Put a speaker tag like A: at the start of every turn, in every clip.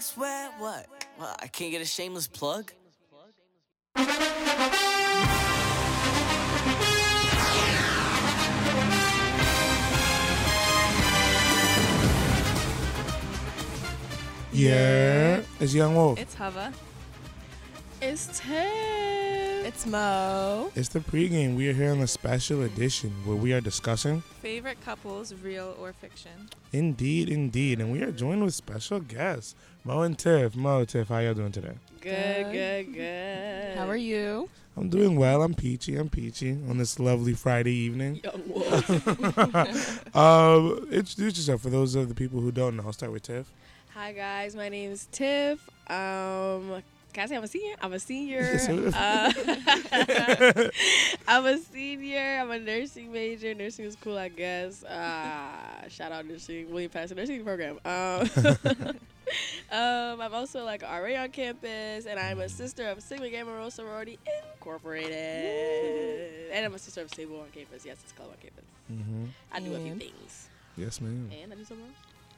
A: swear what? Well, I can't get a shameless plug.
B: Yeah. It's Young Wolf.
C: It's Hava.
D: It's Tim.
C: It's Mo.
B: It's the pregame. We are here on a special edition where we are discussing
C: Favorite couples, real or fiction?
B: Indeed, Indeed. And we are joined with special guests, Mo and Tiff. Mo, Tiff, how y'all doing today?
C: Good.
D: Good, good, good.
C: How are you?
B: I'm doing well. I'm peachy. I'm peachy on this lovely Friday evening.
D: Young Wolf.
B: Um, introduce yourself for those of the people who don't know. I'll start with Tiff.
D: Hi guys, my name is Tiff. Um, can I say I'm a senior? I'm a senior.
B: Yes, you-
D: Uh, I'm a senior. I'm a nursing major. Nursing is cool, I guess. Uh, shout out nursing, William Patterson nursing program. Um, um, I'm also like an RA on campus, and I'm a sister of Sigma Gamma Rho Sorority Incorporated, and I'm a sister of Sable on campus. Yes, it's called on campus.
B: Mhm.
D: I do a few
C: And?
D: things,
B: Yes, ma'am.
D: and I do something. else.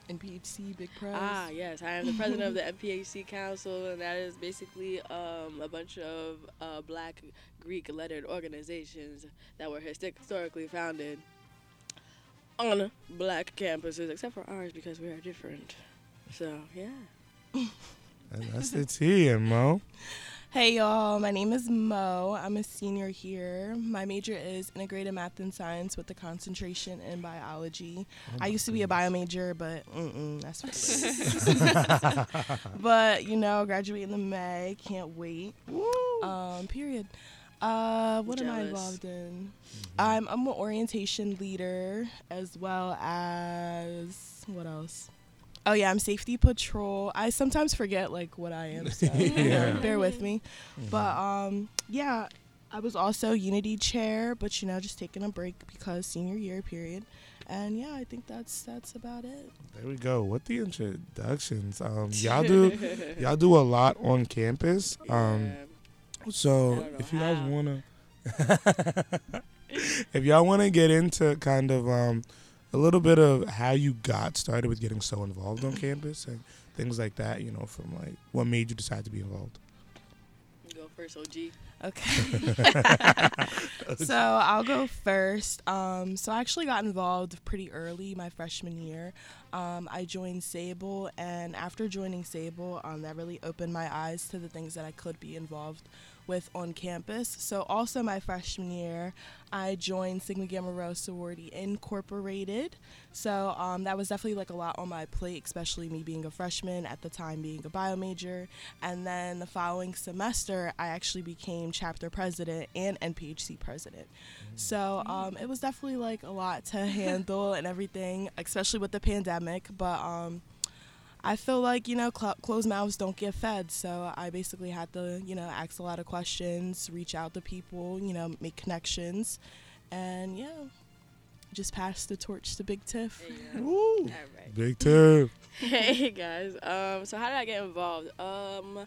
C: And PHC Big Prize.
D: Ah, yes, I am the president of the MPHC Council, and that is basically um, a bunch of uh, Black Greek lettered organizations that were histi- historically founded on Black campuses, except for ours because we are different. So yeah,
B: And that's the T. And Mo,
E: Hey y'all, my name is Mo. I'm a senior here. My major is integrated math and science with a concentration in biology. I used to be a bio major, but mm-mm, that's what it is. But you know, graduating in May, can't wait. Um, period. Uh, what am I
D: Jealous.
E: involved in? I'm I'm an orientation leader as well as what else? Oh yeah, I'm safety patrol. I sometimes forget like what I am. So you know,
B: Yeah.
E: bear with me.
B: Mm,
E: But
B: Mm-hmm.
E: um, yeah, I was also unity chair, but you know, just taking a break because senior year period. And yeah, I think that's that's about it.
B: there we go. What the introductions? Um, y'all do y'all do a lot on campus. Um,
D: Yeah. I
B: So
D: don't know
B: if you guys
D: how.
B: wanna, if y'all wanna get into kind of um, a little bit of how you got started with getting so involved on campus and things like that, you know, from like what made you decide to be involved.
D: go first, OG.
E: Okay. so I'll go first. Um, so I actually got involved pretty early my freshman year. Um, I joined Sable, and after joining Sable, um, that really opened my eyes to the things that I could be involved with on campus. So also my freshman year, I joined Sigma Gamma Rho Sorority Incorporated. So um, that was definitely like a lot on my plate, especially me being a freshman at the time, being a bio major. And then the following semester, I actually became chapter president and NPHC president. So um, it was definitely like a lot to handle and everything, especially with the pandemic. But um, I feel like you know, cl- closed mouths don't get fed. So I basically had to you know ask a lot of questions, reach out to people, you know, make connections, and yeah, just pass the torch to Big Tiff.
B: Woo!
D: uh, All right.
B: Big two.
D: hey guys. Um, so how did I get involved? Um,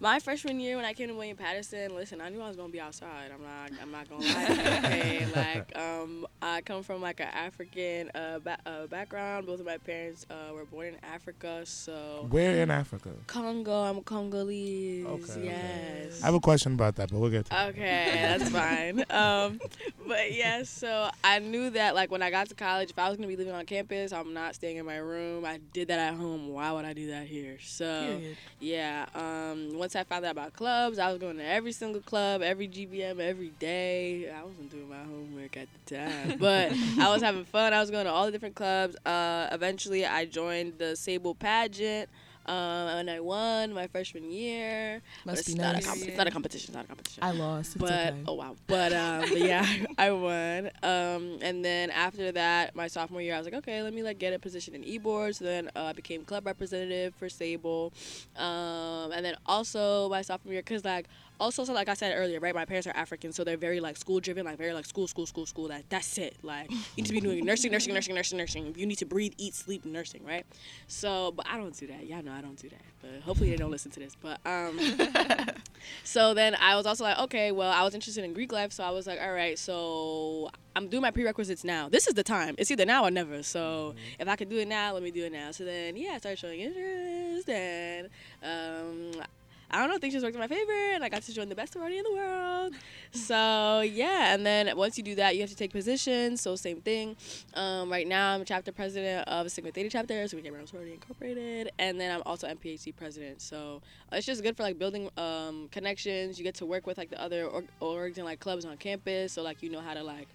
D: my freshman year when I came to William Patterson, listen, I knew I was gonna be outside. I'm not. I'm not gonna lie. to you, okay, like um, I come from like an African uh, ba- uh background. Both of my parents uh, were born in Africa, so
B: Where in Africa?
D: Congo. I'm Congolese.
B: Okay, okay.
D: yes.
B: I have a question about that, but we'll get to it.
D: Okay, that's fine. Um, but yeah, so I knew that like when I got to college, if I was gonna be living on campus, I'm not staying in my room. I did that at home. Why would I do that here? So
E: Period.
D: yeah, um, once I found out about clubs, I was going to every single club, every GBM, every day. I wasn't doing my homework at the time, but I was having fun. I was going to all the different clubs. Uh, eventually, I joined the Sable pageant. Um, and I won my freshman year. But
E: Must
D: it's,
E: be
D: not a
E: nice.
D: comp- it's not a competition. It's not a competition
E: I lost. It's
D: but
E: okay.
D: oh wow but um but yeah i won um and then after that my sophomore year i was like okay let me like get a position in eboard so then uh, i became club representative for sable um and then also my sophomore year because like also so like i said earlier right my parents are african so they're very like school driven like very like school school school school that that's it like you need to be doing nursing nursing nursing nursing nursing you need to breathe eat sleep nursing right so but i don't do that y'all know i don't do that but hopefully they don't listen to this but um So then I was also like, okay, well, I was interested in Greek life, so I was like, all right, so I'm doing my prerequisites now. This is the time. It's either now or never. So if I could do it now, let me do it now. So then, yeah, I started showing interest, and um, I don't know, things just worked in my favor, and I got to join the best sorority in the world. So yeah, and then once you do that, you have to take positions. So same thing. Um, right now, I'm chapter president of Sigma Theta chapter, so we get around sorority incorporated, and then I'm also MPHC president. So it's just good for like building um, connections. You get to work with like the other org- orgs and like clubs on campus, so like you know how to like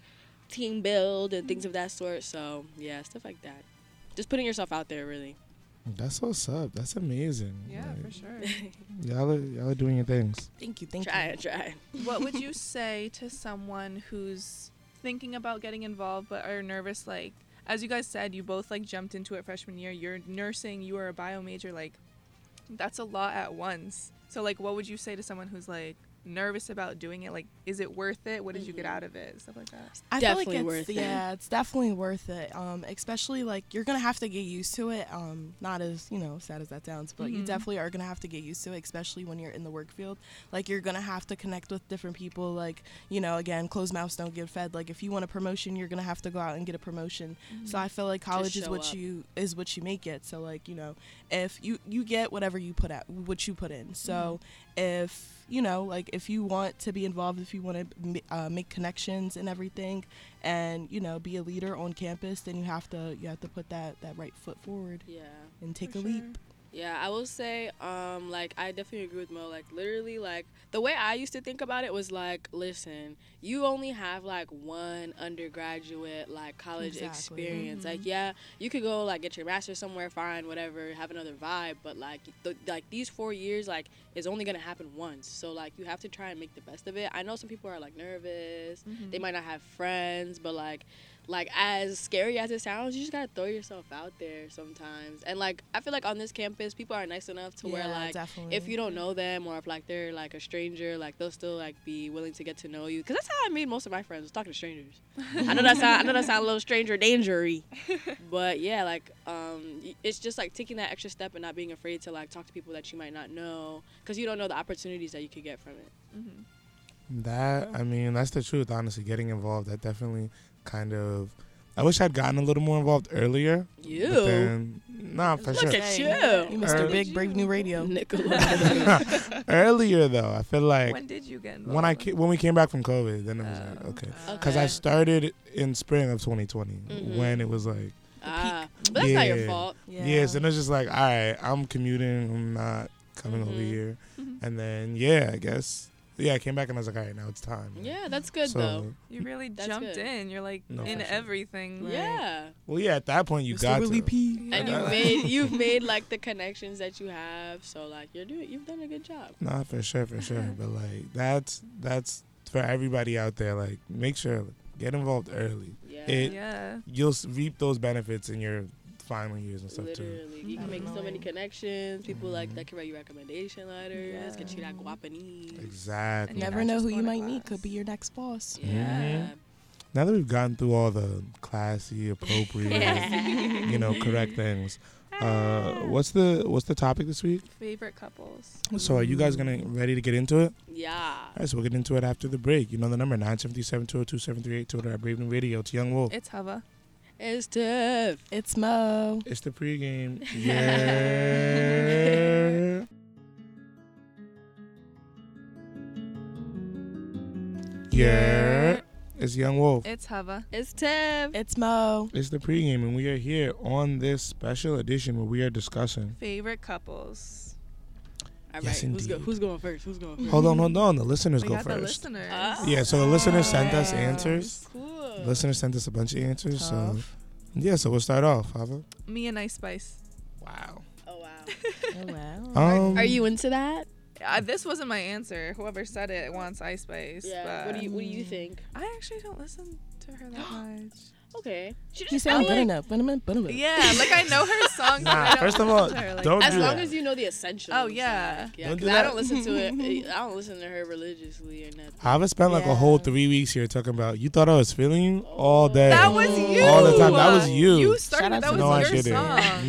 D: team build and things of that sort. So yeah, stuff like that. Just putting yourself out there, really. Uh,
B: That's what's up. That's amazing.
C: Yeah,
B: Like,
C: for sure.
B: Y'all are y'all are doing your things.
E: Thank you. Thank
D: try
E: you.
D: it, try it.
C: what would you say to someone who's thinking about getting involved but are nervous like as you guys said you both like jumped into it freshman year you're nursing you are a bio major like that's a lot at once so like what would you say to someone who's like nervous about doing it like is it worth it what did you get out of it stuff like that
E: I
D: Definitely
E: feel like
D: worth
E: it's,
D: it.
E: Yeah, it's definitely worth it. Um, especially like you're gonna have to get used to it. Um, not as you know sad as that sounds, but
D: Mm-hmm.
E: you
C: Mhm.
E: definitely are gonna have to get used to it, especially when you're in the work field. Like you're gonna have to connect with different people. Like you know, again, closed mouths don't get fed. Like if you want a promotion, you're gonna have to go out and get a promotion. So I feel like college is
D: show
E: what
D: up.
E: you is what you make it. So like you know, if you you get whatever you put out, what you put in. So
D: Mm-hmm.
E: if you know, like if you want to be involved, if you want to uh, make connections and everything, and you know, be a leader on campus, then you have to you have to put that that right foot forward
D: Yeah.
E: and take
C: For
E: a
C: sure.
E: leap.
D: Yeah, I will say, um, like I definitely agree with Mo. Like literally, like the way I used to think about it was like, listen, you only have like one undergraduate like college
E: Exactly.
D: experience. Like yeah, you could go like get your master's somewhere, fine, whatever, have another vibe. But like, th- like these four years, like is only gonna happen once. So like you have to try and make the best of it. I know some people are like nervous. They might not have friends, but like like as scary as it sounds, you just gotta throw yourself out there sometimes. And like I feel like on this campus, people are nice enough to where
E: Yeah,
D: like
E: definitely.
D: if you don't know them or if like they're like a stranger, like they'll still like be willing to get to know you. Cause that's how I made most of my friends was talking to strangers. I know that sound I know that sound a little stranger dangery, but yeah, like um, y- it's just like taking that extra step and not being afraid to like talk to people that you might not know, cause you don't know the opportunities that you could get from it. Mm-hmm.
B: That I mean, that's the truth. Honestly, getting involved, that definitely kind of. I wish I'd gotten a little more involved earlier.
D: You
B: But then, nah, for
D: look
B: sure.
D: at you,
E: You, Mr.
B: Uh,
E: Big Brave New Radio.
D: Nicola.
B: earlier though, I feel like
C: when did you get involved
B: when, I ca- when we came back from COVID, then it was
C: Oh,
B: like
D: Um,
B: okay, because
D: Okay.
B: I started in spring of 2020
D: Mhm.
B: when it was like
D: Ah, but that's not your
B: Yeah.
D: fault.
E: Yeah.
B: Yes, and it's just like, all right, I'm commuting, I'm not coming over
D: Mhm.
B: here. And then, yeah, I guess, yeah, I came back and I was like, all right, now it's time.
D: Yeah, that's good
B: so,
D: though.
C: you really
D: That's
C: jumped
D: good.
C: in you're like
B: No,
C: in
B: for sure.
C: everything
E: Right.
D: Yeah,
B: Well, yeah, at that point, you
E: Mr.
B: got
E: Willie
B: to.
E: P.
D: and you
B: Yeah.
D: made you've made like the connections that you have. So like you're doing you've done a good job.
B: Nah, for sure, for sure. but, like, that's, that's for everybody out there. Like, make sure, get involved early.
D: Yeah,
B: It-
C: yeah
B: You'll s- reap those benefits in your final years and stuff, too.
D: literally, you can make so many
E: Definitely.
D: connections. People like
B: Mhm.
D: that can write you recommendation letters, get you that guapanese.
B: Exactly.
C: And
E: Never
C: Yeah,
E: know
C: just
E: who
C: go
E: you
C: to
E: might meet.
C: class.
E: Could be your next boss.
D: Yeah,
B: Mm-hmm. Now that we've gotten through all the classy, appropriate, you know, correct things, uh, what's the what's the topic this week?
C: favorite couples
B: So are you guys gonna ready to get into it?
D: yeah.
B: All right, so we'll get into it after the break. You know the number 977-202-738, Twitter at Brave New Radio. It's Young Wolf.
C: it's hava
D: It's tough.
E: It's Mo.
B: It's the pregame. Yeah. yeah. It's Young Wolf.
C: it's hava
D: It's tough.
E: It's Mo.
B: It's the pregame, and we are here on this special edition where we are discussing.
C: favorite couples
D: All right,
B: Yes,
D: who's go,
B: indeed.
D: who's going first? Who's going first?
B: Hold on, hold on. The listeners
C: we
B: go
C: got the
B: first.
C: listeners
D: Ah.
B: yeah, so the listeners sent us
E: Wow.
B: answers.
D: Cool.
B: Listeners sent us a bunch of answers. So
E: Tough.
B: yeah, so we'll start off, Hava.
C: me and ice spice
B: Wow.
D: Oh wow.
E: Oh, wow.
B: Um,
D: Are you into that?
C: Uh, this wasn't my answer. Whoever said it wants Ice Spice.
D: Yeah.
B: Mm.
C: But
D: What do you What do you think?
C: I actually don't listen to her that much.
D: Okay. She
E: You
D: just
E: say I'm
D: sound
E: good
D: like,
E: enough. But I'm but I'm
C: Yeah, like I know her songs. but
B: Nah,
C: I don't
B: first of
C: listen
B: all,
C: to her, like-
B: don't
D: as
B: do
D: long
B: that.
D: as you know the essentials.
C: Oh yeah.
D: Yeah,
B: Don't
D: 'cause
B: do
D: I
B: that.
D: don't listen to it. I don't listen to her religiously or nothing.
B: I've spent like a whole
E: Yeah.
B: three weeks here talking about you thought I was feeling you all day.
C: That was you.
B: All the time. That was you.
C: You
E: Shout
C: started.
E: out
C: That
E: to
C: was
B: no, I
C: your
B: didn't.
C: song.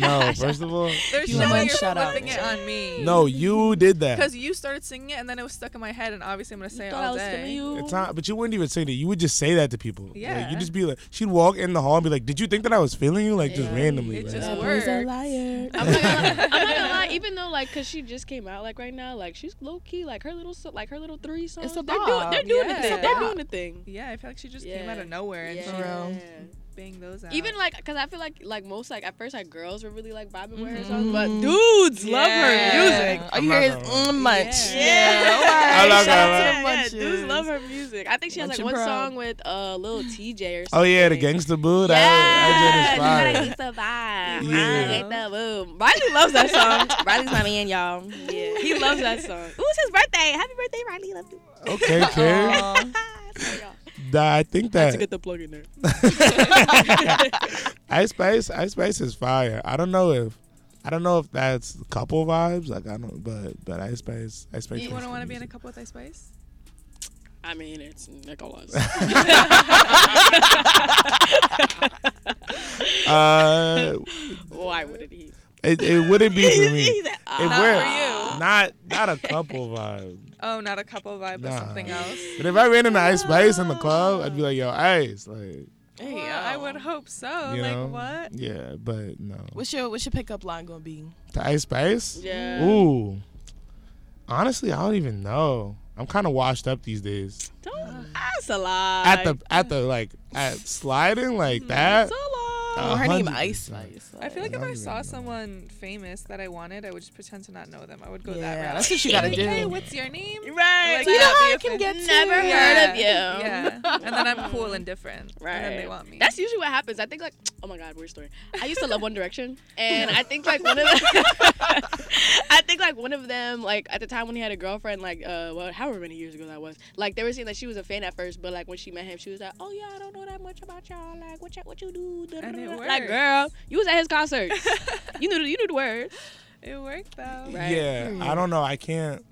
B: No, first of all,
C: There's
E: You
C: no
E: want
C: way
E: one
C: you're
E: shout out.
C: flipping it on me.
B: no, you did that.
C: Because you started singing it and then it was stuck in my head and obviously I'm gonna say it
D: Thought I
C: all
D: was feeling
C: day.
D: you.
B: It's not, but you wouldn't even say that. You would just say that to people. like,
C: Yeah.
B: you just be like, she'd walk in the hall and be like, "Did you think that I was feeling you?" Like just
D: Yeah.
B: randomly.
C: It
B: right?
C: just
E: That
C: worked.
E: boy's a
C: Works.
E: liar.
D: I'm not, gonna, I'm not gonna lie. Even though, like, cause she just came out, like right now, like she's low key, like her little, so- like her little three songs.
E: a
D: they're, doing,
E: bop.
D: they're doing
C: Yeah.
D: a thing.
C: It's a
D: They're
E: bop.
D: doing a thing.
C: Yeah, I feel like she just came
D: Yeah.
C: out of nowhere and
E: For real.
C: bang those out.
D: Even like, cause I feel like, like most, like at first, like girls were really like vibing with her
E: Mhm.
B: Mm-hmm.
D: songs, but
E: Mhm.
D: dudes love
C: Yeah.
D: her music.
E: Are
B: I'm
E: you
B: not
E: here?
B: gonna lie.
E: Mm, much.
C: Yeah.
B: I love
E: Shout out
B: that.
E: to the
D: Yeah,
E: munches.
D: dudes love her music. I think she has like
E: Munchin'
D: one
E: bro.
D: song with uh Lil TJ or something.
B: Oh yeah, the gangster boo. That,
D: Yeah,
B: that
D: gotta
B: joint is
D: get the vibe.
B: Yeah.
D: I get the boom. Riley loves that song. Riley's my man, y'all. Yeah, he loves that song. Ooh, it's his birthday. Happy birthday, Riley. Love you.
B: fire. Okay, kid.
E: Aw.
B: Nah, I think that
D: the plug in there.
B: Ice Spice, Ice Spice is fire. I don't know if, I don't know if that's couple vibes. Like I don't, but but Ice Spice, Ice Spice.
C: you
B: wouldn't
C: wouldn't want to be in a couple with Ice Spice?
D: I mean, it's Nicholas.
B: Uh,
D: Why wouldn't he?
B: it, it wouldn't be for me.
D: He's
B: It
D: like,
B: would
D: ah.
C: for you.
B: not not a couple vibe.
C: Oh, not a couple vibe, but
B: Nah.
C: something else.
B: But if I ran into Ice Spice in the club, I'd be like, "Yo, Ice!" Like,
E: Hey,
C: Well, I
E: yo.
C: would hope so.
B: you
C: like
B: know,
C: what?
B: Yeah, but no.
E: What's your What's your pickup line gonna be?
B: To Ice Spice?
D: Yeah.
B: Ooh. Honestly, I don't even know. I'm kind of washed up these days.
D: Don't ask a lie.
B: At the at the like at sliding like that.
D: So long.
E: Oh, her name
B: 100%.
E: Ice Spice.
C: I feel like
B: I
C: if
B: don't
C: I
B: even
C: saw
B: know.
C: someone famous that I wanted, I would just pretend to not know them. I would go that
E: yeah,
C: route.
E: that's what you gotta do.
C: Hey, what's your name?
D: Right.
C: Like,
E: you know
C: that'd
E: how
C: be
E: I can get
C: offensive.
E: to
D: Never
E: you.
D: heard of you.
C: Yeah. And then I'm cool and different.
D: Right.
C: And then they want me.
D: That's usually what happens. I think like oh my god, weird story. I used to love One Direction, and I think like one of them, I think like one of them like at the time when he had a girlfriend like uh well however many years ago that was like they were saying that she was a fan at first, but like when she met him she was like oh yeah I don't know that much about y'all like what you what you do
C: And it
D: like
C: worked.
D: girl you was at his concert you knew the, you knew the words
C: it worked though.
D: Right.
B: Yeah,
E: Hmm.
B: I don't know. I can't.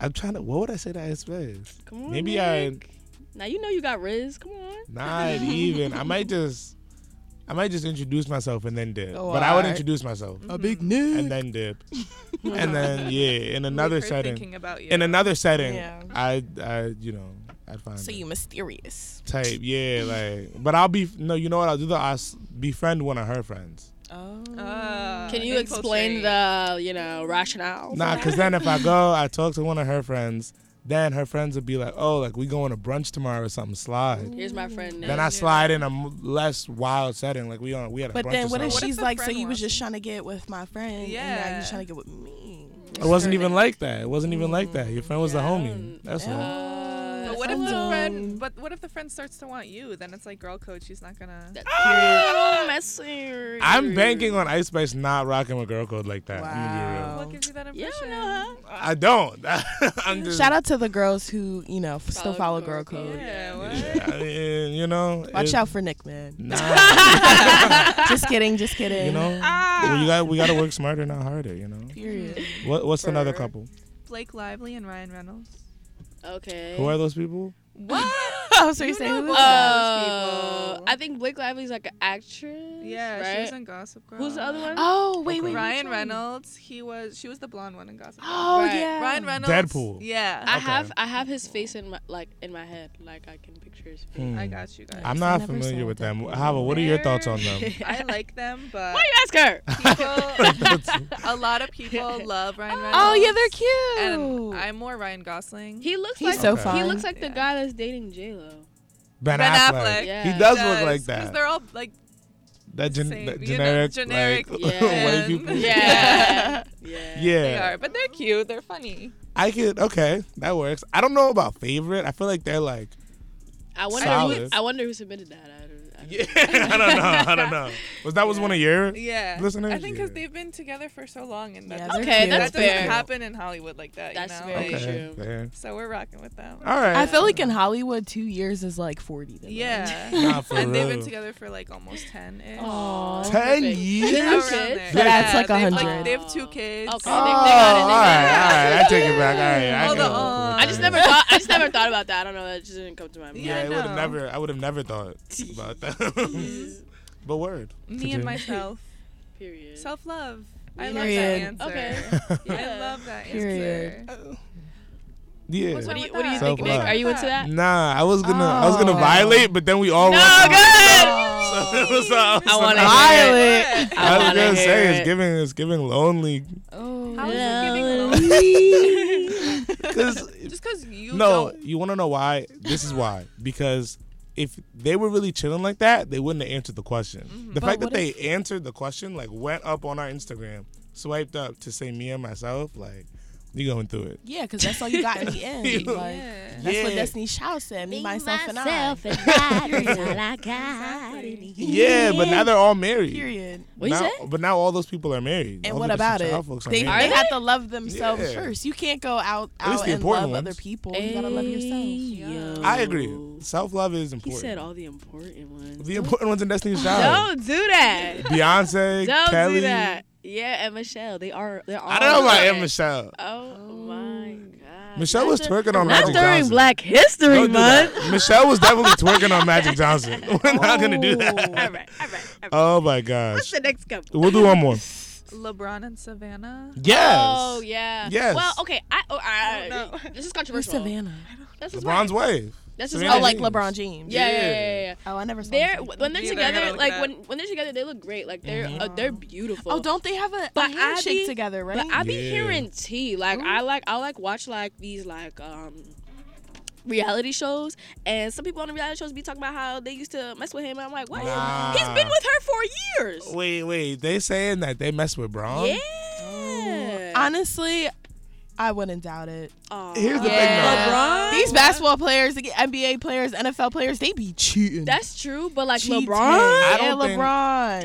B: I'm trying to. What would I say to Ice Spice?
D: come on
B: Maybe I.
D: Nick. now you know you got Riz come on
B: Not even. I might just. I might just introduce myself and then dip.
E: Oh,
B: but I would
E: alright.
B: introduce myself
E: A big new.
B: and then dip, and then yeah, in
C: Leave
B: another
C: her
B: setting.
C: Thinking about you.
B: In another setting,
E: Yeah.
B: I, I, you know, I'd find
E: So
B: a
E: you mysterious.
B: type. Yeah, like. But I'll be no. You know what I'll do though? I'll s- befriend one of her friends.
E: Oh.
C: Uh,
D: can you explain
C: infiltrate.
D: the you know rationale
B: Nah, cause then if I go, I talk to one of her friends. Then her friends would be like, "Oh, like we going to brunch tomorrow or something." Slide.
D: here's my friend Nick.
B: Then I slide in a m- less wild setting, like we on we had a
E: but
B: brunch.
E: then
B: or
E: what if
B: something.
C: What
E: she's
C: if the
E: like, so
C: friend
E: you was
C: wants
E: just trying to get with my friend, and now
C: Yeah.
E: you're trying to get with me?
B: It wasn't even like that. It wasn't even like that. Your friend was
D: Mm, Yeah,
B: the
D: I
B: homie.
D: don't-
B: That's
E: yeah.
B: all.
D: Uh,
C: But what if the
E: Sounds-
C: friend? But what if the friend starts to want you? Then it's like girl code. She's not gonna.
D: That's oh, messy.
B: I'm banking on Ice Spice not rocking with girl code like that. I'm gonna be real.
E: Wow.
D: Oh.
C: What gives you that
D: You
C: impression?
D: don't know
B: I don't. I'm just.
E: Shout out to the girls who you know f- still
D: Follow
E: follow
D: girl
E: girl code.
C: Yeah. What?
B: Yeah, I mean, you know.
E: Watch
B: it-
E: out for Nick, man.
B: Nah,
E: just kidding, just kidding.
B: you know. Well, you got we got to work smarter, not harder. You know.
E: Period.
B: What What's another
D: Brr.
B: couple?
C: Blake Lively and Ryan Reynolds.
D: huh? Okay.
B: Who are those people?
C: What?
E: Oh, so you're
C: You know
E: saying who
C: both
E: is that?
C: those
D: Uh,
C: people?
D: I think Blake Lively's like an actress.
C: Yeah,
D: right?
C: she was in Gossip Girl.
D: Who's the other one?
E: Oh, wait,
B: Okay.
E: wait.
C: Ryan
E: which one?
C: Reynolds. He was. She was the blonde one in Gossip Girl.
E: Oh
D: Right.
E: yeah.
C: Ryan Reynolds.
B: Deadpool.
C: Yeah.
D: I
B: Okay.
D: have I have his face in my like in my head. Like I can picture his face.
B: Hmm.
C: I got you guys.
B: I'm
E: I
B: not
E: never
B: familiar
E: saw
B: with
E: that
B: them.
E: movie.
B: Hava, what are your thoughts on them?
C: I like them, but
D: Why you ask her?
C: people, a lot of people love Ryan Reynolds.
E: Oh yeah, they're cute.
C: And I'm more Ryan Gosling.
D: He looks
E: He's
D: like
E: so
D: he
E: fine.
D: looks like the
C: Yeah.
D: guy that's dating J Lo.
B: Ben,
C: Ben
B: Affleck.
C: Affleck.
D: Yeah.
B: He
D: He
B: does, look like
C: Because
B: that.
C: they're all like
B: That, gen-
C: same,
B: that
C: you know,
B: generic,
C: generic,
B: like,
D: yeah.
B: white people.
D: Yeah. yeah.
B: Yeah.
C: they are, but they're cute. They're funny.
B: I could. Okay, that works. I don't know about favorite. I feel like they're like
D: I wonder
B: Solid.
D: who I wonder who submitted that. I, don't- I
B: Yeah, I don't know. I don't know. Was that was one of your?
C: Yeah.
B: Listeners,
C: I think because
B: yeah.
C: they've been together for so long, and that
E: Yeah,
C: doesn't,
E: they're
D: Okay,
E: cute.
D: that's
C: that doesn't
D: fair.
C: happen in Hollywood like that.
D: That's
C: you know?
B: Okay.
D: very- Issue.
B: fair.
C: So we're rocking with them.
B: All right.
E: I feel like in Hollywood, two years is like 40 to them.
C: Yeah.
B: Nah, for
C: and they've been
B: real.
C: together for like almost ten. ish.
D: Aw.
B: Ten
D: Perfect.
B: years.
D: Two
C: Around
D: kids?
C: there.
B: So that's
C: Yeah,
E: like
C: they've,
E: 100.
C: They have two kids.
D: Okay.
B: Oh,
D: They-
B: all
D: they
B: right,
D: got it.
B: all right. I take it back. All right, I
C: Hold
B: get it.
C: on.
D: I just never thought. I just never thought about that. I don't know. That just didn't come to my mind.
B: Yeah,
C: Yeah,
B: I would have
C: no.
B: never. I would have never thought about that. but word.
C: Me and myself.
D: Period.
C: Self love. I love that
E: Period.
C: answer.
D: Okay.
C: I
D: Yeah.
C: love that
E: Period.
C: answer.
B: Yeah.
C: What's
D: What do
C: wrong with
D: you What do you
C: that?
D: think, Nick?
B: Self-love.
D: Are you into that?
B: Nah, I was gonna. I was gonna
E: Oh.
B: violate, but then we all.
D: No,
B: went-
D: good.
B: So- uh, so- so
D: wanna
B: now-
D: hear it.
C: Violet.
B: I was
D: wanna
B: gonna
D: hear
B: say it's
D: it.
B: giving. It's giving lonely.
C: How
E: Oh.
C: is it
D: Love.
C: giving love?
B: 'Cause-
C: just because you
B: no,
C: don't
B: you want to know why? This is why. Because if they were really chilling like that, they wouldn't have answered the question. The
E: But
B: fact that
E: what
B: they answered the question, like went up on our Instagram, swiped up to say me and myself, like you going through it.
E: Yeah, because that's all you got in the end.
B: You-
E: Like,
C: Yeah.
E: That's what
B: Yeah.
E: Destiny Child said. Me, myself, and I.
B: Yeah, but now they're all married.
E: Period.
D: What you
B: now,
D: say?
B: But now all those people are married.
E: And
B: All
E: what
B: the
E: about
B: Destiny's
E: it?
B: Child folks are
E: They, they
B: married.
E: have to love themselves
B: Yeah.
E: first. You can't go out,
B: At least
E: out
B: the
E: and love
B: important
E: other
B: ones.
E: people. You gotta love yourself.
D: Ayo.
B: I agree. Self love is
D: He
B: important.
D: said all the important ones.
B: the important ones in Destiny's Child.
D: Don't do that.
B: Beyonce,
D: Don't
B: Kelly.
D: do that. Yeah, and Michelle. They are. They're all.
B: I don't know about
D: important.
B: Aunt Michelle.
D: Oh, my God.
B: Michelle
D: Not
B: was
D: dur-
B: twerking on
D: Not
B: Magic
D: during
B: Johnson.
D: Black History
B: Don't do
D: Month.
B: that. Michelle was definitely twerking on Magic Johnson. We're not gonna do
D: All
B: that.
D: right, all right. All right.
B: Oh my gosh.
D: What's the next couple?
B: We'll do one more.
C: LeBron and Savannah.
B: Yes.
D: Oh yeah.
B: Yes.
D: Well, okay. I, oh, I,
C: Oh, no.
D: This is
E: Who's
D: controversial.
E: Savannah?
D: This is
B: LeBron's
D: why-
B: wave.
D: This is
B: Savannah
D: why-
E: Oh, like
B: James.
E: LeBron James.
D: Yeah, yeah, yeah,
B: Yeah.
D: yeah. yeah.
E: Oh, I never saw
D: They're
E: him.
D: when they're
C: Me either, I gotta
D: together,
C: look it
D: like
C: up.
D: when when they're together, they look great. Like they're uh, they're beautiful.
E: Oh, don't they have a, a
D: But I
E: handshake
D: be-
E: together, right?
D: But I be
B: Yeah.
D: hearing tea. Like I like I like watch like these like um reality shows and some people on the reality shows be talking about how they used to mess with him and I'm like, what?
B: Nah.
D: He's been with her for years.
B: Wait, wait. They saying that they mess with Braun?
D: Yeah.
E: Honestly, I wouldn't doubt it.
D: Oh. Aw.
B: Here's the
E: Yeah.
B: thing though.
D: LeBron.
E: These basketball players, like, NBA players, NFL players, they be cheating.
D: That's true, but like
E: Cheating.
D: LeBron.
B: I don't
E: and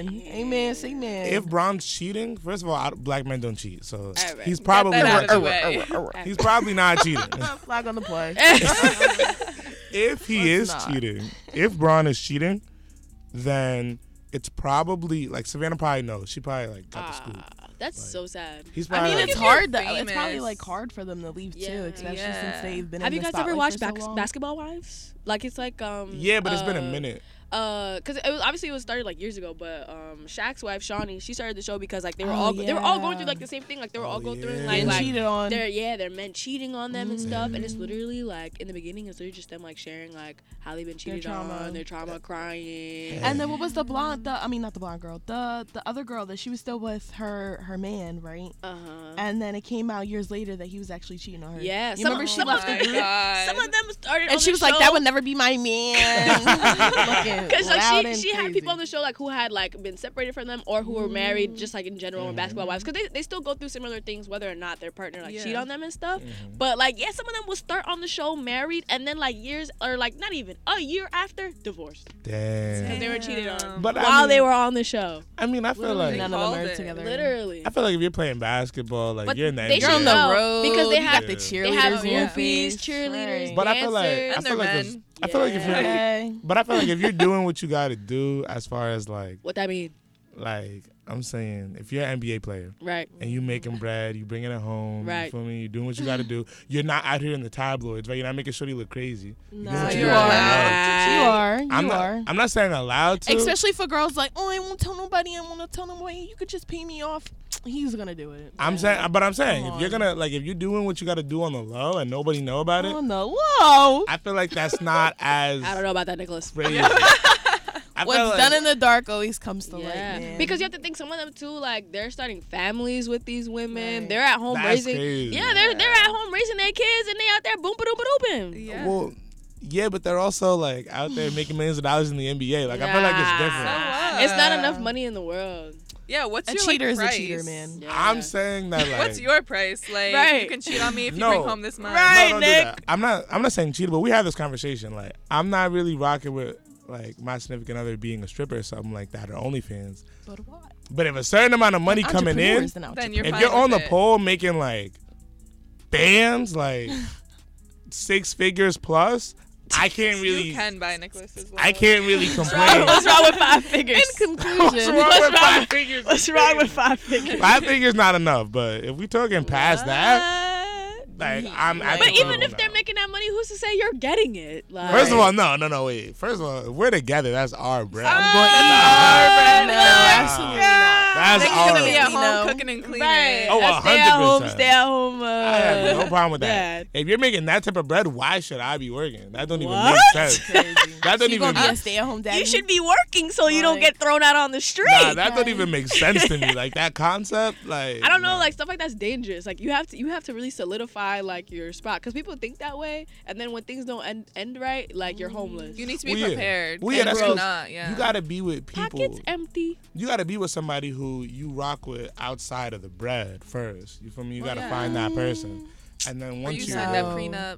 B: think-
E: LeBron. Amen. Say man.
B: If Braun's cheating, first of all, I, black men don't cheat, so
D: right.
B: he's probably
C: Get that
B: not,
C: out of the way.
B: he's probably not cheating.
E: flag on the play.
B: if he is
E: not.
B: cheating, if Braun is cheating, then it's probably like Savannah probably knows. She probably like got the scoop.
D: Ah, That's so sad.
B: He's
E: I
B: probably
E: mean,
B: like,
E: it's
C: if you're
E: hard though. It's probably
C: famous-
E: like hard for them to leave
D: Yeah.
E: too, especially
C: Yeah.
E: since they've been.
D: Have
E: in
D: you
E: the
D: guys ever
E: spotlight
D: watched
E: for so
D: Bac-
E: long.
D: Basketball Wives? Like it's like um
B: yeah, but it's been a
D: uh,
B: minute.
D: uh because it was obviously it was started like years ago but um Shaq's wife Shawnee she started the show because like they were
E: Oh,
D: all they were all going
E: yeah.
D: through like the same thing like they were all
B: Oh,
D: going
B: yeah.
D: through
E: Getting
D: like, like
E: cheated on. Mm.
D: they're yeah they're men cheating on them and stuff and it's literally like in the beginning it's literally just them like sharing like how they've been cheated
E: trauma.
D: on their trauma crying
E: And then what was the blonde? The I mean, not the blonde girl. The the other girl that she was still with her her man, right?
D: uh-huh
E: And then it came out years later that he was actually cheating on her.
D: yeah
E: You remember she
D: some
C: Oh
E: left
D: of
E: the
D: them-
E: group?
D: some of them started on
E: And
D: the
E: she was like, "That
D: show
E: would never be my man."
D: Because like she, she had people on the show like who had like been separated from them or who were married just like in general in basketball wives because they, they still go through similar things whether or not their partner like cheat
C: Yeah.
D: on them and stuff
E: Mm-hmm.
D: but like yeah some of them will start on the show married and then like years or like not even a year after divorced
B: Damn.
D: they were cheated on
B: But I
D: while
B: mean,
D: they were on the show
B: I mean, I feel
C: Literally.
B: like
E: None
C: None
E: of
C: of called
E: them
C: them
E: are
C: are it.
E: together.
C: together.
D: literally
B: I feel like if you're playing basketball, like
D: But
B: you're in the
D: they
B: NBA.
E: You're on the
D: Yeah.
E: road
D: because they have
E: got the
B: Yeah.
D: they
E: cheerleaders,
D: have
C: Yeah.
D: roofies
E: Right.
D: cheerleaders
B: but I feel like I
C: And
B: feel
C: they're
B: like if,
C: men.
B: I feel like if
D: Yeah.
B: you're,
E: Okay.
B: but I feel like if you're doing what you got to do, as far as like
D: what that mean
B: like I'm saying, if you're an NBA player
D: right
B: and you making bread, you bringing it home, you
D: Right.
B: feel me? You're doing what you got to do. You're not out here in the tabloids, right? You're not making sure you look crazy. You're doing
E: No,
B: what
E: you
B: gotta do.
D: are.
E: You are. You
B: I'm not,
E: are.
B: I'm not saying allowed to.
E: Especially for girls like, oh, I won't tell nobody. I won't tell nobody. You could just pay me off. He's gonna do it.
B: I'm saying, but I'm saying,
E: Come
B: if you're
E: on.
B: gonna like, if you're doing what you got to do on the low and nobody know about it,
E: Oh no! Whoa!
B: I feel like that's not as
D: I don't know about that Nicholas
B: crazy. I
E: What's
B: feel like-
E: done in the dark always comes to light, man.
D: Because you have to think some of them too, like they're starting families with these women.
E: Right.
D: They're at home
B: That's
D: raising
B: crazy.
D: Yeah, they're they're at home raising their kids and they out there boom ba doom booping.
C: Yeah.
B: Well, yeah, but they're also like out there making millions of dollars in the NBA. Like I feel like it's different.
C: So
D: It's not
C: what?
D: enough money in the world.
C: yeah. What's
E: a
C: your
E: cheater
C: like,
E: is a
C: price?
E: cheater, man.
B: I'm saying that like
C: What's your price? Like
D: Right.
C: you can cheat on me if
B: No.
C: you bring home this money.
B: No, don't do that. I'm not. I'm not saying cheater, but we had this conversation. Like I'm not really rocking with like my significant other being a stripper or something like that or OnlyFans.
E: So do I.
B: But if a certain amount of money coming in,
E: Entrepreneurs, then
C: Then you're
B: if
C: fine
B: you're on
C: with
B: the
C: it.
B: pole making like bands, like six figures plus, I can't really,
C: you can buy necklaces.
B: I can't really complain.
D: What's wrong with five figures?
E: In
B: What's
E: conclusion,
B: wrong with five figures?
D: What's wrong with five figures?
B: Five figures not enough, but if we talking past that, like I'm.
D: But
B: actually
D: even
B: gonna
D: if they're
B: know.
D: making that money, who's to say you're getting it? Like,
B: First of all, no, no, no, wait. First of all, if we're together. That's our bread.
C: I'm
B: going.
D: Oh,
C: Ah,
E: no,
C: no,
E: absolutely not.
B: That's
C: Niggas
B: our.
C: gonna be at
E: You
C: home
E: know.
C: cooking and cleaning.
D: right?
B: Oh,
D: I stay at
B: 100%.
D: home. Stay at home. Uh,
B: I have no problem with that.
D: Dad.
B: If you're making that type of bread, why should I be working? That don't even
D: What?
B: make sense.
E: crazy.
B: That don't
E: you
B: even
E: gonna be a stay-at-home daddy?
D: You should be working so you don't
E: Like-
D: get thrown out on the street.
B: nah, that don't even make sense to me. Like that concept, like
D: I don't know,
B: nah.
D: like stuff like that's dangerous. Like you have to, you have to really solidify like your spot because people think that way, and then when things don't end, end right, like you're homeless.
C: You need to be
B: Well, oh, yeah.
C: prepared.
B: Well, yeah,
C: and
B: that's
C: we're
B: 'cause
C: not. Yeah.
B: you gotta be with people.
D: pockets empty.
B: You gotta be with somebody who you rock with outside of the bread first. You feel me? You
C: Well,
B: gotta
C: yeah.
B: find that person, and then
C: Or
B: once
C: you
B: you,
C: signed that
E: No.
C: prenup.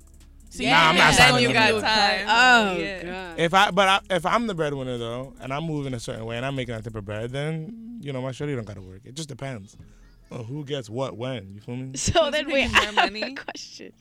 E: So
B: Nah, I'm not
C: then
B: signing
C: you
B: up
C: got
B: for it.
C: time.
D: Oh
C: yeah.
D: god.
B: if I but I, if I'm the breadwinner though, and I'm moving a certain way, and I'm making that type of bread, then you know my shorty don't gotta work. It just depends on who gets what when. You feel me?
D: So then
C: Who's
D: wait, I
C: making
D: have
C: more
D: a
C: money?
D: question.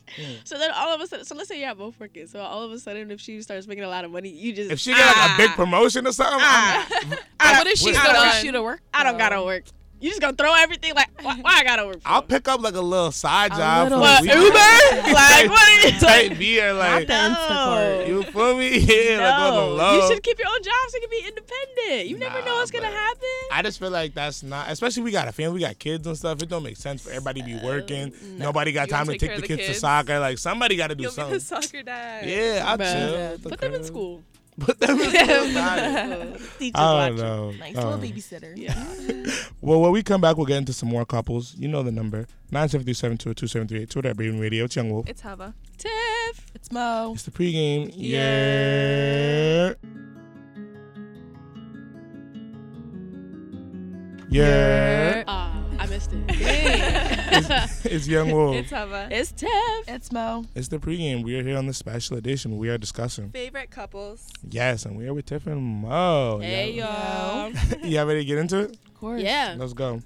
D: So then all of a sudden, so let's say you're both working. So all of a sudden, if she starts making a lot of money, you just
B: If she get like a big promotion or something, I'm-
E: What if she
B: Wait,
E: still
C: I
E: wants
C: don't-
E: you to work?
D: I don't
E: though?
C: Um,
D: gotta work. You just gonna throw everything like why, why I gotta work? For?
B: I'll pick up like a little side
E: A
B: job.
E: little
B: for a
E: What,
B: weekend.
D: Uber? Like, what is-
B: Type B or
E: Not
B: like
E: the
C: Oh.
E: Instacart.
B: you feel me? Yeah, like on the
D: no,
B: low.
D: you should keep your own job so you can be independent. You never
B: Nah,
D: know what's gonna
B: but-
D: happen.
B: I just feel like that's not, especially we got a family, we got kids and stuff. It don't make sense for everybody to be working. Nobody got
C: You gotta
B: time to
C: take
B: take
C: care
B: the
C: of the
B: kids, to
C: kids.
B: soccer. Like somebody got to do
C: You'll be
B: something.
C: the soccer dad.
B: Yeah, I'll
D: Bruh.
B: chill. at the
D: Put them in
B: crib.
D: school.
B: Put them in school. got it.
D: Teachers
B: I don't
D: watching.
B: know.
E: Nice
B: Uh,
E: little babysitter.
D: Yeah.
B: Well, when we come back, we'll get into some more couples. You know the number 973-722-2738. Twitter at Breathing Radio. It's Young Wolf.
C: It's Hava.
D: Tiff.
E: It's Mo.
B: It's the pregame. Yeah.
E: Yeah.
B: Yeah.
D: Ah, I missed it.
B: It's Young Wolf.
C: It's Hava.
D: it's Tiff.
E: It's Mo.
B: It's the pregame. We are here on the special edition. We are discussing.
C: Favorite couples.
B: Yes, and we are with Tiffany and Mo.
D: Hey Uh.
B: Y'all-
D: y'all.
B: y'all ready to get into it?
E: Of course.
D: Yeah.
B: Let's go.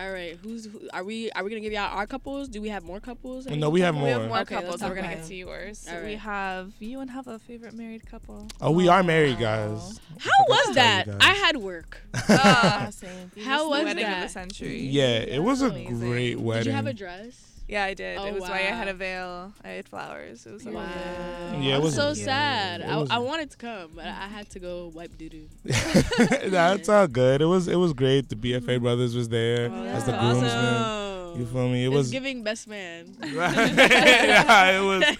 D: All right. Who's who, are we? Are we gonna give y'all our couples? Do we have more couples? that
B: No, we have
C: We
B: more.
C: have more
D: Okay, let's
C: couples. So
D: talk
C: we're gonna
E: about
C: get
E: it.
C: to yours. So
D: All
C: We
D: right.
C: have you and Hava favorite married couple.
B: Oh, we are married, guys.
D: How was
B: Sorry,
D: that?
B: guys.
D: I had work.
C: Ah,
E: Same.
C: you
D: How
C: missed the
D: was
C: wedding
D: that?
C: Of the century.
B: Yeah, it was a
C: Amazing.
B: great wedding.
D: Did you have a dress?
C: Yeah, I did.
D: Oh,
C: it was why I
D: wow.
C: had a veil. I had flowers. It was
D: Wow.
C: amazing.
B: Yeah, it
D: I'm
B: was
D: so
B: amazing.
D: sad.
B: It
D: I,
B: was-
D: I wanted to come, but I had to go wipe doo doo.
B: That's all good. It was it was great. The
D: Mm-hmm.
B: BFA brothers was there
D: Oh,
B: as the
C: yeah.
B: groomsmen. You feel me? It
D: It was
B: was
D: giving best man.
B: yeah, it was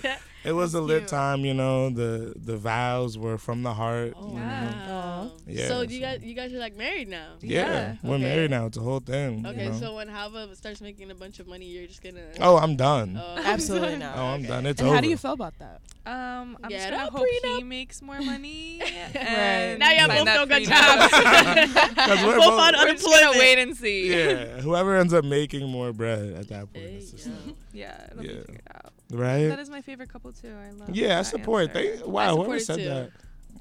B: it was a lit time, you know. The the vows were from the heart.
D: Oh,
B: Yeah.
D: wow.
B: Yeah,
D: so
B: so-
D: you guys, you guys are like married now.
B: Yeah,
C: Yeah,
B: we're
D: okay.
B: married now. It's a whole thing. you
D: Okay,
B: know?
D: so when Hava starts making a bunch of money, you're just gonna.
B: oh, I'm done.
D: Oh,
E: Absolutely not.
B: oh, I'm
D: okay.
B: done. It's
E: and
B: over.
E: how do you feel about that?
C: Um, I'm
D: Get
C: just gonna
D: up,
C: hope
D: prenup.
C: he makes more money.
E: Right.
C: and
D: Now y'all
C: sign
D: both
C: that
D: don't got
C: prenup.
D: jobs.
B: 'Cause we're
D: Both
B: both-
D: on
C: We're just gonna
D: unemployment.
C: wait and see.
B: yeah, whoever ends up making more bread at that point,
D: Hey,
B: it's just,
D: yo.
C: Yeah, it'll be
B: Yeah.
C: figured out. That
B: right?
C: is my favorite couple too. I love.
B: Yeah, I
C: that
B: support.
C: answer.
B: They, wow,
D: support
B: whoever
D: it
B: said
D: too.
B: that,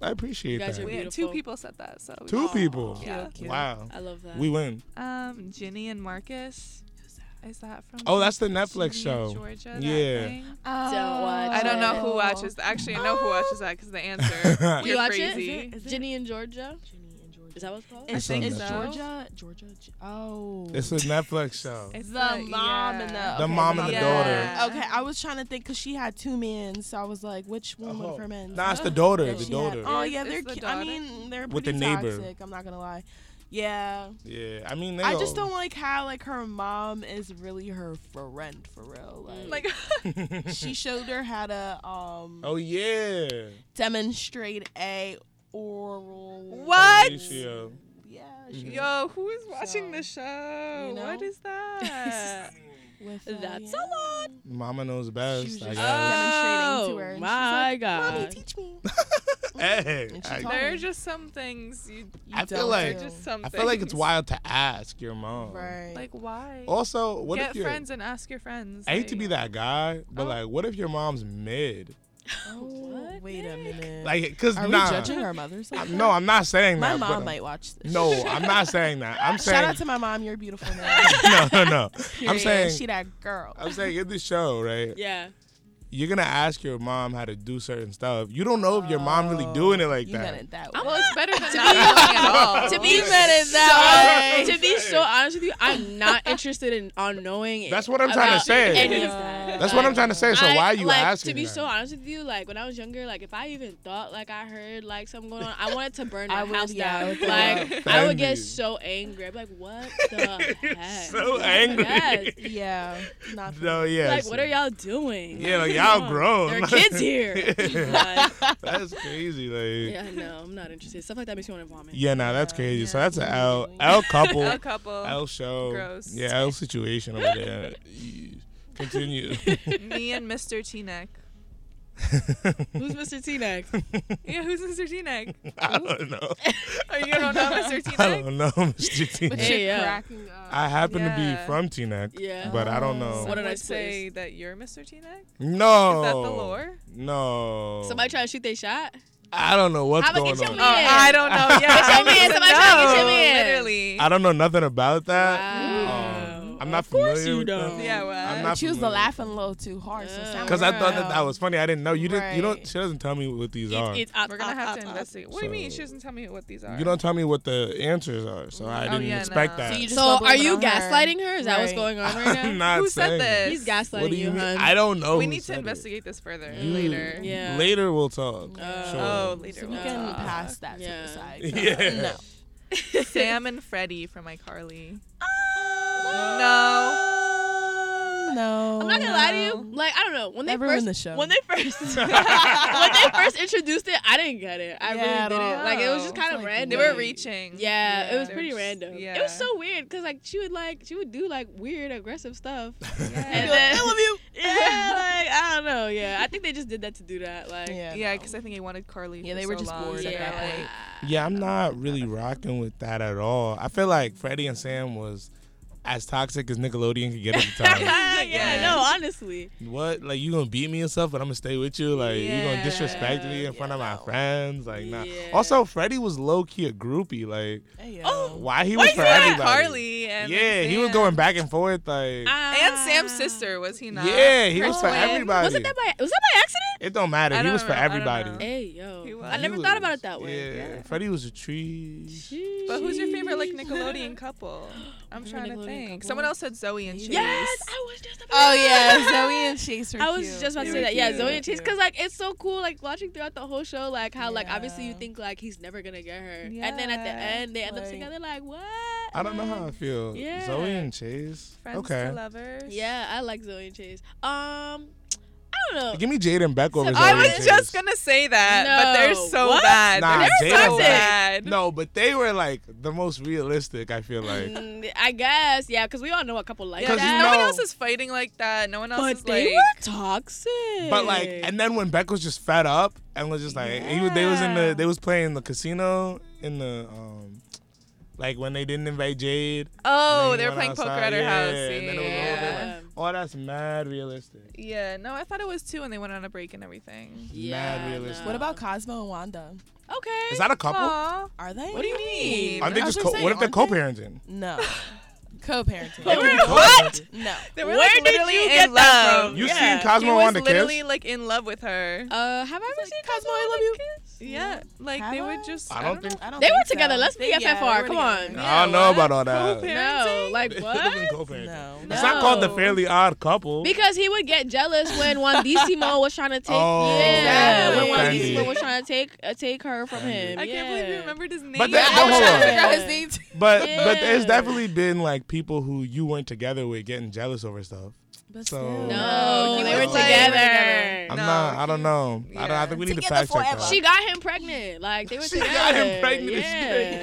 B: I appreciate
D: You guys
B: that.
D: are
C: We had
D: Beautiful.
C: two people said that. So we-
B: Two people.
C: Yeah. Cute,
E: cute.
B: Wow.
D: I love that.
B: We win.
C: Um, Ginny and Marcus. Is that from?
B: Oh, that's the Netflix
C: Ginny
B: show.
C: and Georgia. that
B: Yeah.
C: thing?
E: Oh.
D: watch
C: I don't know
D: Oh.
C: who watches. that. Actually, I know who watches that because the answer.
B: Will
D: you
C: You're
D: watch it?
C: crazy.
E: Is it-
D: Ginny and Georgia.
E: Ginny and Georgia.
D: Is that what it's called?
B: I
C: It's-
B: saw
C: it's
B: that.
E: Georgia? Georgia. G- Oh.
B: It's a Netflix show.
C: It's
E: the mom and the
B: The mom and the daughter.
E: Okay, I was trying to think because she had two men, so I was like, which one went
B: Oh.
E: for men?
B: Nah, it's the daughter.
E: That
B: The
E: she had-
B: daughter.
E: Oh
C: Yes,
E: yeah,
C: it's
E: they're.
C: the
E: cute.
C: daughter.
E: I mean, they're
B: With
E: pretty
B: the neighbor.
E: toxic. I'm not gonna lie. Yeah,
B: Yeah, I mean, they
E: I just
B: all-
E: don't like how like her mom is really her friend for real. Like,
C: Like,
E: she showed her how to um
B: oh yeah.
E: demonstrate a oral.
C: What?
B: Ratio.
E: Yeah.
B: Mhm.
E: She,
C: yo, who is watching
E: So,
C: the show?
E: you know?
C: What is that?
E: with, uh,
D: That's
E: yeah.
D: a lot.
B: Mama knows
E: She was
B: best. I
E: just
B: guess.
E: demonstrating to her. and
D: Oh
E: she's
D: my
E: like,
D: God.
E: Mommy, teach me.
B: hey,
E: And she
B: I,
E: taught
C: there are just some things you. you
B: I feel
E: don't
C: there
B: like
C: are
E: do.
C: just some
B: I feel like
C: things.
B: it's wild to ask your mom.
E: Right.
C: Like why?
B: Also, what
C: Get
B: if you're?
C: friends and ask your friends.
B: I hate to
C: like-
B: be that guy, but
C: Oh.
B: like, what if your mom's mid?
E: Oh,
D: What?
E: wait a minute.
B: Like, because
E: Are
B: nah.
E: we judging our mothers? like
B: I-
E: that?
B: No, I'm not saying
E: My
B: that.
E: mom
B: but,
E: might watch this.
B: No, I'm not saying that. I'm saying.
E: Shout out to my mom. You're a beautiful man.
B: no, no, no. I'm
E: Period.
B: saying.
E: she that girl.
B: I'm saying in the show, right?
D: Yeah.
B: You're gonna ask your mom how to do certain stuff. You don't know if your mom really doing it like
E: you
B: that.
E: meant it that
C: Well,
E: way.
C: it's better than not knowing at all.
D: To be meant that way. To be so honest with you, I'm not interested in on knowing. it
B: That's what I'm trying to
D: about
B: say.
D: any of
E: Yeah.
D: that.
B: That's what I'm trying to say. So
D: I-
B: why are you
D: like,
B: asking?
D: To be
B: that?
D: so honest with you, like when I was younger, like if I even thought like I heard like something going on, I wanted to burn
E: I
D: my
E: would,
D: house
E: yeah, I
D: down.
E: would throw
D: Like
B: up.
D: I would
B: Offended.
D: get so angry. I'd be like, what the heck?
B: so angry.
D: Yes.
E: yeah. Not for
B: No, yeah.
D: Like what are y'all doing?
B: Yeah, like y'all grown.
D: There are kids here. Like,
B: That's crazy. Like
D: yeah, no, I'm not interested. Stuff like that makes me want to vomit.
B: Yeah, nah, that's crazy. So
E: Yeah.
B: that's a L L couple,
C: A couple.
B: L show.
C: Gross.
B: Yeah, L situation over there. Eesh. Continue.
C: Me and Mr. T Neck.
D: Who's Mr. T next?
C: Yeah, who's Mr. T Neck?
B: I don't know.
C: Oh, you don't know Mr. T
B: I
C: Neck?
B: don't know, Mr. T.
E: But
D: Hey,
E: you're
D: yeah.
E: cracking up.
B: I happen to
C: Yeah.
B: be from T Neck,
D: Yeah.
B: but I don't know.
E: Oh.
D: What a
C: Would
D: nice
C: say
D: place.
C: that you're Mr. T Neck?
B: No.
C: Is that the
B: Oh.
C: lore?
B: No.
D: Somebody trying to shoot their shot?
B: I don't know what's
D: How about
B: going
D: get your
B: on.
D: man? Yeah.
C: I don't know. Yeah,
B: Get
D: your
C: I need
D: man,
C: to
D: somebody tryna get your
C: know,
D: man.
C: Literally.
B: I don't know nothing about that.
D: Wow.
B: Um, I'm not
D: Of course
B: familiar
D: you
B: with that.
D: don't.
C: yeah, well.
B: I'm
E: But
B: not
E: she was
B: familiar.
E: laughing a little too hard. So
D: Yeah.
E: sound
B: 'Cause I thought that that
E: real.
B: was funny. I didn't know. You didn't. You
E: Right.
B: don't. She doesn't tell me what these are.
D: It's, it's, uh,
C: We're gonna have to
D: uh, uh,
C: investigate. What do you mean?
B: So-
C: She doesn't tell me what these are.
B: You don't tell me what the answers are, so I
C: Oh,
B: didn't
C: yeah,
B: expect
C: nah.
B: that.
E: So you just
D: So
E: gonna blame
D: are
E: it
D: you
E: on her.
D: gaslighting her? Is that what's
E: Right.
D: going on right now?
B: I'm not
C: Who said
B: saying
C: this?
D: He's gaslighting
B: What do you mean?
D: hun.
B: I don't know.
C: we
B: who
C: need to
B: said it.
C: investigate this further
B: You-
C: later.
D: Yeah.
B: Later we'll talk.
D: Uh,
B: sure.
C: Oh, later.
E: So we
C: we'll
E: can
C: talk.
E: pass that
D: Yeah.
E: to the side.
B: Yeah.
E: No.
C: Sam and Freddie from iCarly.
E: Oh, No.
D: I'm not gonna lie to you. Like I don't know when they
E: That ruined
D: first
E: the show.
D: when they first
C: Oh.
D: when they first introduced it, I didn't get it. I
E: Yeah, at
D: really didn't.
E: all.
D: Like it was just
C: No.
D: kind of
E: It's like,
C: They
D: random.
C: were reaching.
D: Yeah, it was
C: They were
D: pretty
C: just-
D: random. It
C: yeah.
D: was so weird because like she would like she would do like weird aggressive stuff.
C: Yeah.
D: And then, I love you. Yeah, like I don't know. Yeah, I think they just did that to do that. Like
E: Yeah.
C: Yeah, because I think they wanted Carly.
E: Yeah,
C: for
E: they were
C: so
E: just
C: long
E: bored at
C: they're
E: that
C: like,
E: point.
B: Yeah, I'm not really rocking with that at all. I feel like Freddie and Sam was as toxic as Nickelodeon could get at the time.
D: yeah,
C: Yeah.
D: no, honestly.
B: what? Like you gonna beat me and stuff, but I'm gonna stay with you. Like you gonna
C: Yeah.
B: disrespect me in front of my friends. Like nah.
D: Yeah.
B: Also, Freddie was low key a groupie. Like
E: Hey, yo.
D: Oh.
B: why he
C: Why
B: was
C: is
B: for
C: he like
B: everybody.
C: Carly? And like
B: yeah, he was
C: Sam?
B: going back and forth. Like
C: And
D: Ah.
C: Sam's sister was he not?
B: yeah, he was for
C: Kristen?
B: everybody.
D: Was it that by was that by accident?
B: It don't matter.
C: I
B: he
C: don't
B: was for
C: know. I don't
B: everybody.
C: know.
D: Hey yo,
C: He was.
D: I
B: He
D: never thought about
B: was-
D: it that way.
B: Yeah.
C: Yeah.
B: Freddie was a tree.
C: But who's your favorite like Nickelodeon couple? I'm
D: Favorite
C: trying to
D: Nickelodeon
C: think.
D: couple?
C: Someone else said Zoe and Chase.
D: Yes, I was just. About
E: Oh yeah, Zoe and Chase were
D: I was just about to say that. Yeah,
E: cute.
D: Zoe and Chase, because like it's so cool, like watching throughout the whole show, like how like obviously you
E: Yeah.
D: think like he's never gonna get her, and then at the
C: Yeah,
D: end they end up
E: like-
D: together. Like what?
B: I don't know how I feel.
D: Yeah.
B: Zoe and Chase.
C: Friends to
B: okay.
C: lovers.
D: Yeah, I like Zoe and Chase. Um, I don't know.
B: Give me Jaden Beck over Zoe
C: I
B: and
C: was
B: Chase.
C: just gonna say that, but they're
D: No.
C: so
D: What?
C: bad.
B: Nah,
C: they're
B: Jada
C: so
B: was-
C: bad.
B: No, but they were like the most realistic. I feel like.
D: Mm, I guess yeah, because we all know a couple like
C: Yeah,
B: 'Cause you
D: that.
C: no one
B: know-
C: else is fighting like that. No one else
D: but
C: is
D: they
C: like.
D: were toxic.
B: But like, and then when Beck was just fed up and was just like, he was- they was in
D: Yeah.
B: the, they was playing the casino in the, um, like when they didn't invite Jade.
C: oh,
B: and then
C: they were
B: he
C: playing
B: went
C: poker
B: outside,
C: at her
B: yeah,
C: house.
B: and then it was over,
C: yeah.
B: like, Oh, that's mad realistic.
C: Yeah, no, I thought it was two, and they went on a break and everything.
D: Yeah,
B: mad realistic.
E: What about Cosmo and Wanda?
D: okay?
B: Is that a couple?
C: Aw.
E: Are they?
D: what do you mean?
B: Aren't they
E: I was
B: just?
E: gonna
B: Co-
E: say,
B: what if they're
E: aren't they?
B: co-parenting?
E: No. Co-parenting.
B: They could be co-parenting.
E: No.
C: They were
D: Where
C: like
D: did
C: literally
D: you
C: in
D: get that
C: love.
D: from?
B: You
D: Yeah.
B: seen
C: He
B: Cosmo
C: was
B: on the
C: literally
B: kiss?
C: like in love with her.
D: Uh, have I ever seen Cosmo? I love you. Kiss?
C: yeah, like
E: Have
C: they
E: I?
C: would just.
B: I
C: I
B: don't
C: don't,
B: think-
E: I don't
D: They
E: think
D: were together.
E: so.
D: Let's
E: They-
D: be
E: yeah,
D: FFR.
E: they
D: Come
E: were
D: on.
E: together.
B: I don't know about all that.
C: Co-parenting?
D: No, like
B: They could've been
D: what?
B: co-parenting.
E: No.
B: It's not called the
D: No.
B: Fairly Odd Couple.
D: Because he would get jealous when Wandissimo was trying to take
B: Oh,
D: yeah,
E: exactly.
D: when
E: Fendi.
D: Wandissimo was trying to take uh, take her from him.
C: I can't believe you
D: Yeah.
C: remembered his name.
B: But that- but
E: I was
B: hold
E: trying
B: on.
E: to figure out his name too.
B: But but there's
D: Yeah.
B: definitely been like people who you weren't together with getting jealous over stuff.
E: But
B: So-
D: No,
E: still.
C: No, he
D: they
C: was
D: were
C: like-
D: together.
B: I'm
C: No,
B: not. I don't
C: he-
B: know. I don't. I
C: yeah.
B: think we need to
E: Together
B: fact check
E: forever.
B: that.
D: She got him pregnant. Like they were
B: She
D: together.
B: got him pregnant as
D: Yeah,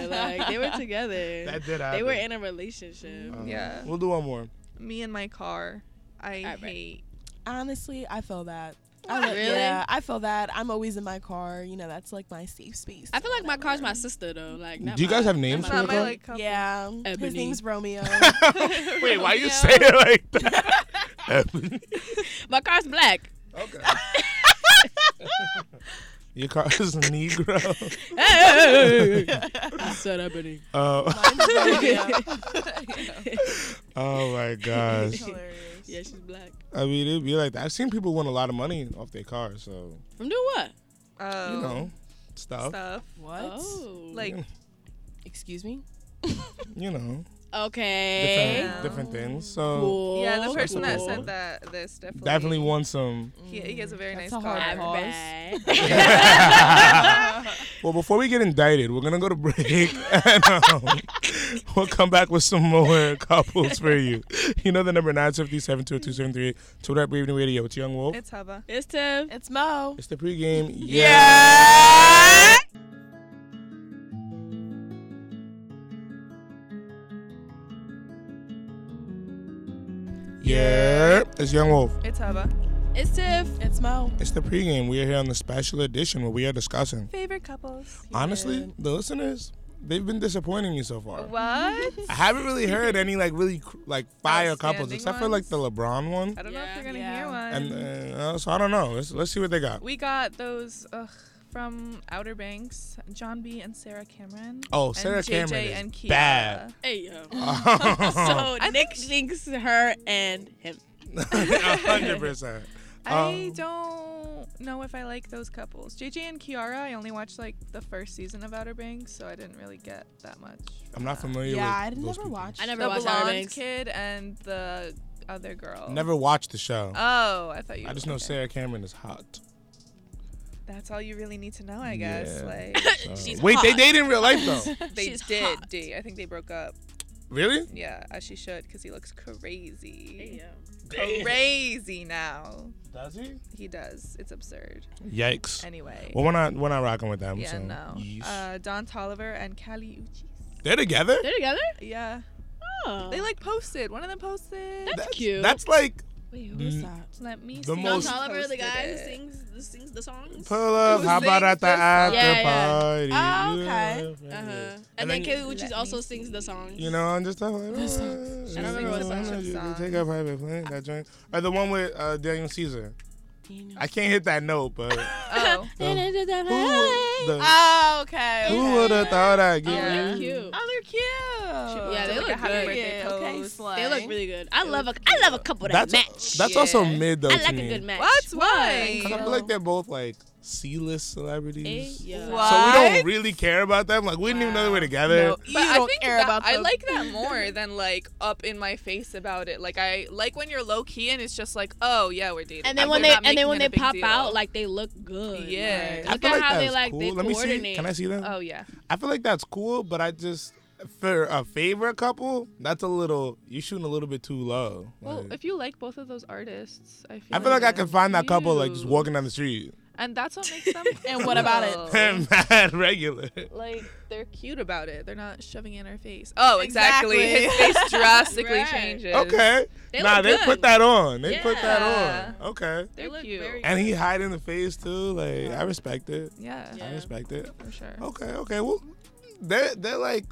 B: shit.
D: like they were together.
B: that did happen.
D: they were in a relationship.
B: Um,
C: Yeah.
B: We'll do one more.
C: Me and my car. I
D: right.
C: hate.
E: Honestly, I feel that. I
D: Wow.
E: li-
D: Really?
E: Yeah, I feel that. I'm always in my car. You know, that's like my safe space.
D: I feel like my car's my sister though. Like not
B: Do you
D: my-
B: guys have names
C: It's
B: for your
C: not my
B: car?
C: like couple.
E: Yeah. His
D: Ebony.
E: name's Romeo.
B: Wait, why you
C: Yeah.
B: say it like that? Ebony.
D: My car's black.
B: okay. Your car is Negro.
D: Hey! Said Ebony.
B: Uh,
E: yeah.
B: oh my gosh.
E: Hilarious.
D: Yeah, she's black.
B: I mean, it'd be like that. I've seen people win a lot of money off their cars, so
D: From doing what?
C: Oh,
B: you know, stuff.
C: stuff
E: What?
D: Oh.
C: like
E: Excuse me?
B: You know,
D: okay.
B: different, different things. So
D: Oh, Cool.
C: yeah, the person that
B: cool.
C: said that this definitely
B: definitely won some.
C: He, he has a very
E: That's
C: nice
E: a
C: car.
D: I'm
E: hard Pause.
D: back.
B: Well, before we get indicted, we're gonna go to break, and um, we'll come back with some more couples for you. You know the number nine seven three seven two two seven three eight. Twitter at Brave New Radio. It's Young Wolf.
C: It's Hubba.
D: It's Tiff.
E: It's Mo.
B: It's the pregame.
D: Yeah.
B: yeah. It's Young Wolf.
C: It's Hubba.
D: It's Tiff.
E: It's Mo.
B: It's the pregame. We are here on the special edition where we are discussing.
C: Favorite couples.
B: Honestly, the listeners, they've been disappointing me so far.
C: What?
B: I haven't really heard any like really cr- like fire couples
C: Outstanding
B: except for like
C: ones?
B: the LeBron one.
C: I don't know if
D: Yeah.
C: you're gonna
E: Yeah.
C: hear one.
B: And uh, so I don't know. Let's let's see what they got.
C: we got those ugh, from Outer Banks, John B. and Sarah Cameron.
B: Oh, Sarah
C: and JJ
B: Cameron is
C: and Kia.
B: bad.
D: Hey yo.
C: Oh.
B: A
D: So Nick thinks her and him.
B: hundred percent.
C: I
B: Um,
C: don't know if I like those couples. JJ and Kiara, I only watched like the first season of Outer Banks, so I didn't really get that much.
B: I'm not familiar.
E: Yeah, I
B: with
E: didn't
B: those
E: ever
B: people.
E: watch.
D: I never
C: The
D: watched Outer
C: blonde
D: Banks.
C: kid and the other girl.
B: Never watched the show.
C: Oh, I thought you.
B: I just know
C: okay.
B: Sarah Cameron is hot.
C: That's all you really need to know, I guess.
B: Yeah.
C: Like
B: So-
D: She's
B: Wait, they
D: hot.
B: dated in real life though.
C: they
D: She's
C: did
D: hot.
C: date. I think they broke up.
B: really?
C: Yeah, as she should, because he looks crazy.
B: Damn.
C: Crazy now.
B: Oh, Does he?
C: He does. It's absurd.
B: Yikes.
C: Anyway.
B: Well, we're not we're not rocking with them.
C: yeah,
B: so.
C: no.
B: Oh, Yeesh.
C: Uh, Don Tolliver and Callie Uchis.
B: They're together.
D: They're together?
C: Yeah.
D: Oh.
C: They like posted. One of them posted.
D: That's cute.
B: That's like
E: Wait, who is
B: Mm.
E: that?
C: Let me
B: The
C: see.
B: Don most-
D: Oliver, the
C: Posted
D: guy who
C: it.
D: sings, who sings the songs.
B: pull up. How about at the after
D: Yeah, yeah.
B: party?
E: Oh, okay.
D: Uh-huh. And,
B: And
D: then
B: then you-
D: Kelly Uchis
C: Let
D: also
C: me
D: sings the songs.
B: You know, I'm just talking. Like,
E: This
B: "Oh,
E: song.
D: I don't remember what
B: you
D: song.
B: know, you can
C: song.
B: Take a private plane. That joint. Or the one with uh, Daniel Caesar.
E: Daniel.
B: I can't hit that note, but
C: Oh.
B: the, who,
C: Ah.
B: the,
E: Oh, okay.
B: who would have
C: Oh,
B: thought I'd get
C: Yeah.
D: They're
B: you?
D: cute.
E: Oh, they're cute.
D: Yeah, they
C: Did, like,
D: look
C: a happy
D: good.
C: birthday
E: Yeah, okay,
C: pose.
E: slut.
D: They look
E: Dang.
D: really good. I love a I love a couple that
B: That's
D: match.
B: that's also
C: Yeah.
B: mid though
D: Oh, I
B: to
D: like
B: me.
D: a good match.
C: What?
B: Cause I
C: Why?
B: feel like they're both like C-list celebrities.
D: Eh, yeah.
E: What?
B: So we don't
E: What?
B: really care about them. Like we didn't even know they were together.
E: No, you
C: But I
E: don't
C: think
E: care
C: that-
E: about
C: I
E: the-
C: like that more than like up in my face about it. Like I like when you're low key and it's just like, oh yeah, we're dating.
D: And then
C: Like,
D: when
C: we're
D: they
C: not
D: and then
C: making
D: when
C: it
D: they
C: a big
D: pop
C: deal.
D: out, like they look good.
C: Yeah.
D: Like,
B: I
D: look
B: feel
D: at
B: like
D: how
B: that's
D: they like
B: cool.
D: they
B: Let me
D: coordinate.
B: see. Can I see them?
C: oh yeah,
B: I feel like that's cool, but I just for a favorite couple, that's a little you're shooting a little bit too low.
C: well,
B: Like,
C: if you like both of those artists, I feel.
B: I feel like I can find that couple like just
C: you-
B: walking down the street.
C: And that's what makes them.
E: And what about it?
D: Oh.
C: cool.
B: Mad regular.
C: like they're cute about it. They're not shoving it in our face. Oh, exactly.
E: Exactly.
C: His face drastically
D: Right.
C: changes.
B: Okay.
D: They
B: nah,
D: look
B: they
D: good.
B: put that on. They put
C: Yeah.
B: that on. Okay.
D: They
C: They're
D: look
C: cute.
D: very-
B: And he hide in the face too. Like I respect it.
C: yeah,
D: Yeah.
B: I respect it.
C: for sure.
B: Okay, okay. Well, they're they're like,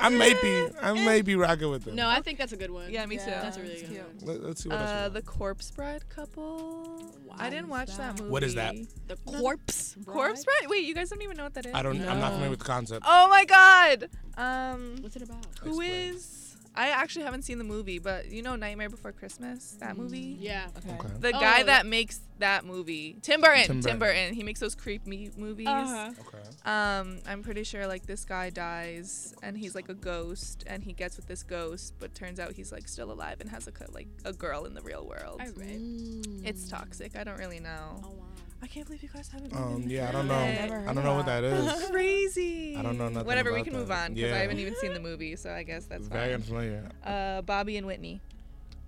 B: I might be, I might be rocking with them.
D: No, I think that's a good one.
C: Yeah, me
E: Yeah.
C: too.
D: That's a really
E: That's
D: good
E: cute.
D: one.
B: Let, us see what
C: Uh,
B: else.
C: the corpse bride couple. I
D: What
C: didn't
E: is
C: watch that?
E: that?
C: movie.
B: What is that?
D: The corpse.
C: Corpse bride? Wait, you guys don't even know what that is.
B: I don't. I'm not familiar
E: No.
B: with the concept.
C: Oh my god. Um,
D: What's it about?
C: who
B: Explain.
C: is? I actually haven't seen the movie, but you know Nightmare Before Christmas, that movie.
D: Mm, Yeah.
E: Okay.
B: Okay.
C: The guy
D: Oh.
C: that makes that movie, Tim Burton.
B: Tim
C: Tim Burton.
B: Burton.
C: He makes those creepy movies.
D: Uh-huh.
B: Okay.
C: Um, I'm pretty sure like this guy dies and he's like a ghost and he gets with this ghost, but turns out he's like still alive and has a co- like a girl in the real world.
D: I read.
C: Mm. It's toxic. I don't really know.
D: Oh wow.
C: I can't believe you guys haven't. been
B: Um.
C: in
B: Yeah. I
C: the
B: don't know.
C: Hey.
E: Never
B: I don't know what that is.
C: Crazy.
B: I don't know nothing
C: Whatever, we
B: about
C: can move
B: that.
C: on because
B: Yeah.
C: I haven't even seen the movie, so I guess that's
B: Very
C: fine.
B: unfamiliar.
C: Uh, Bobby and Whitney.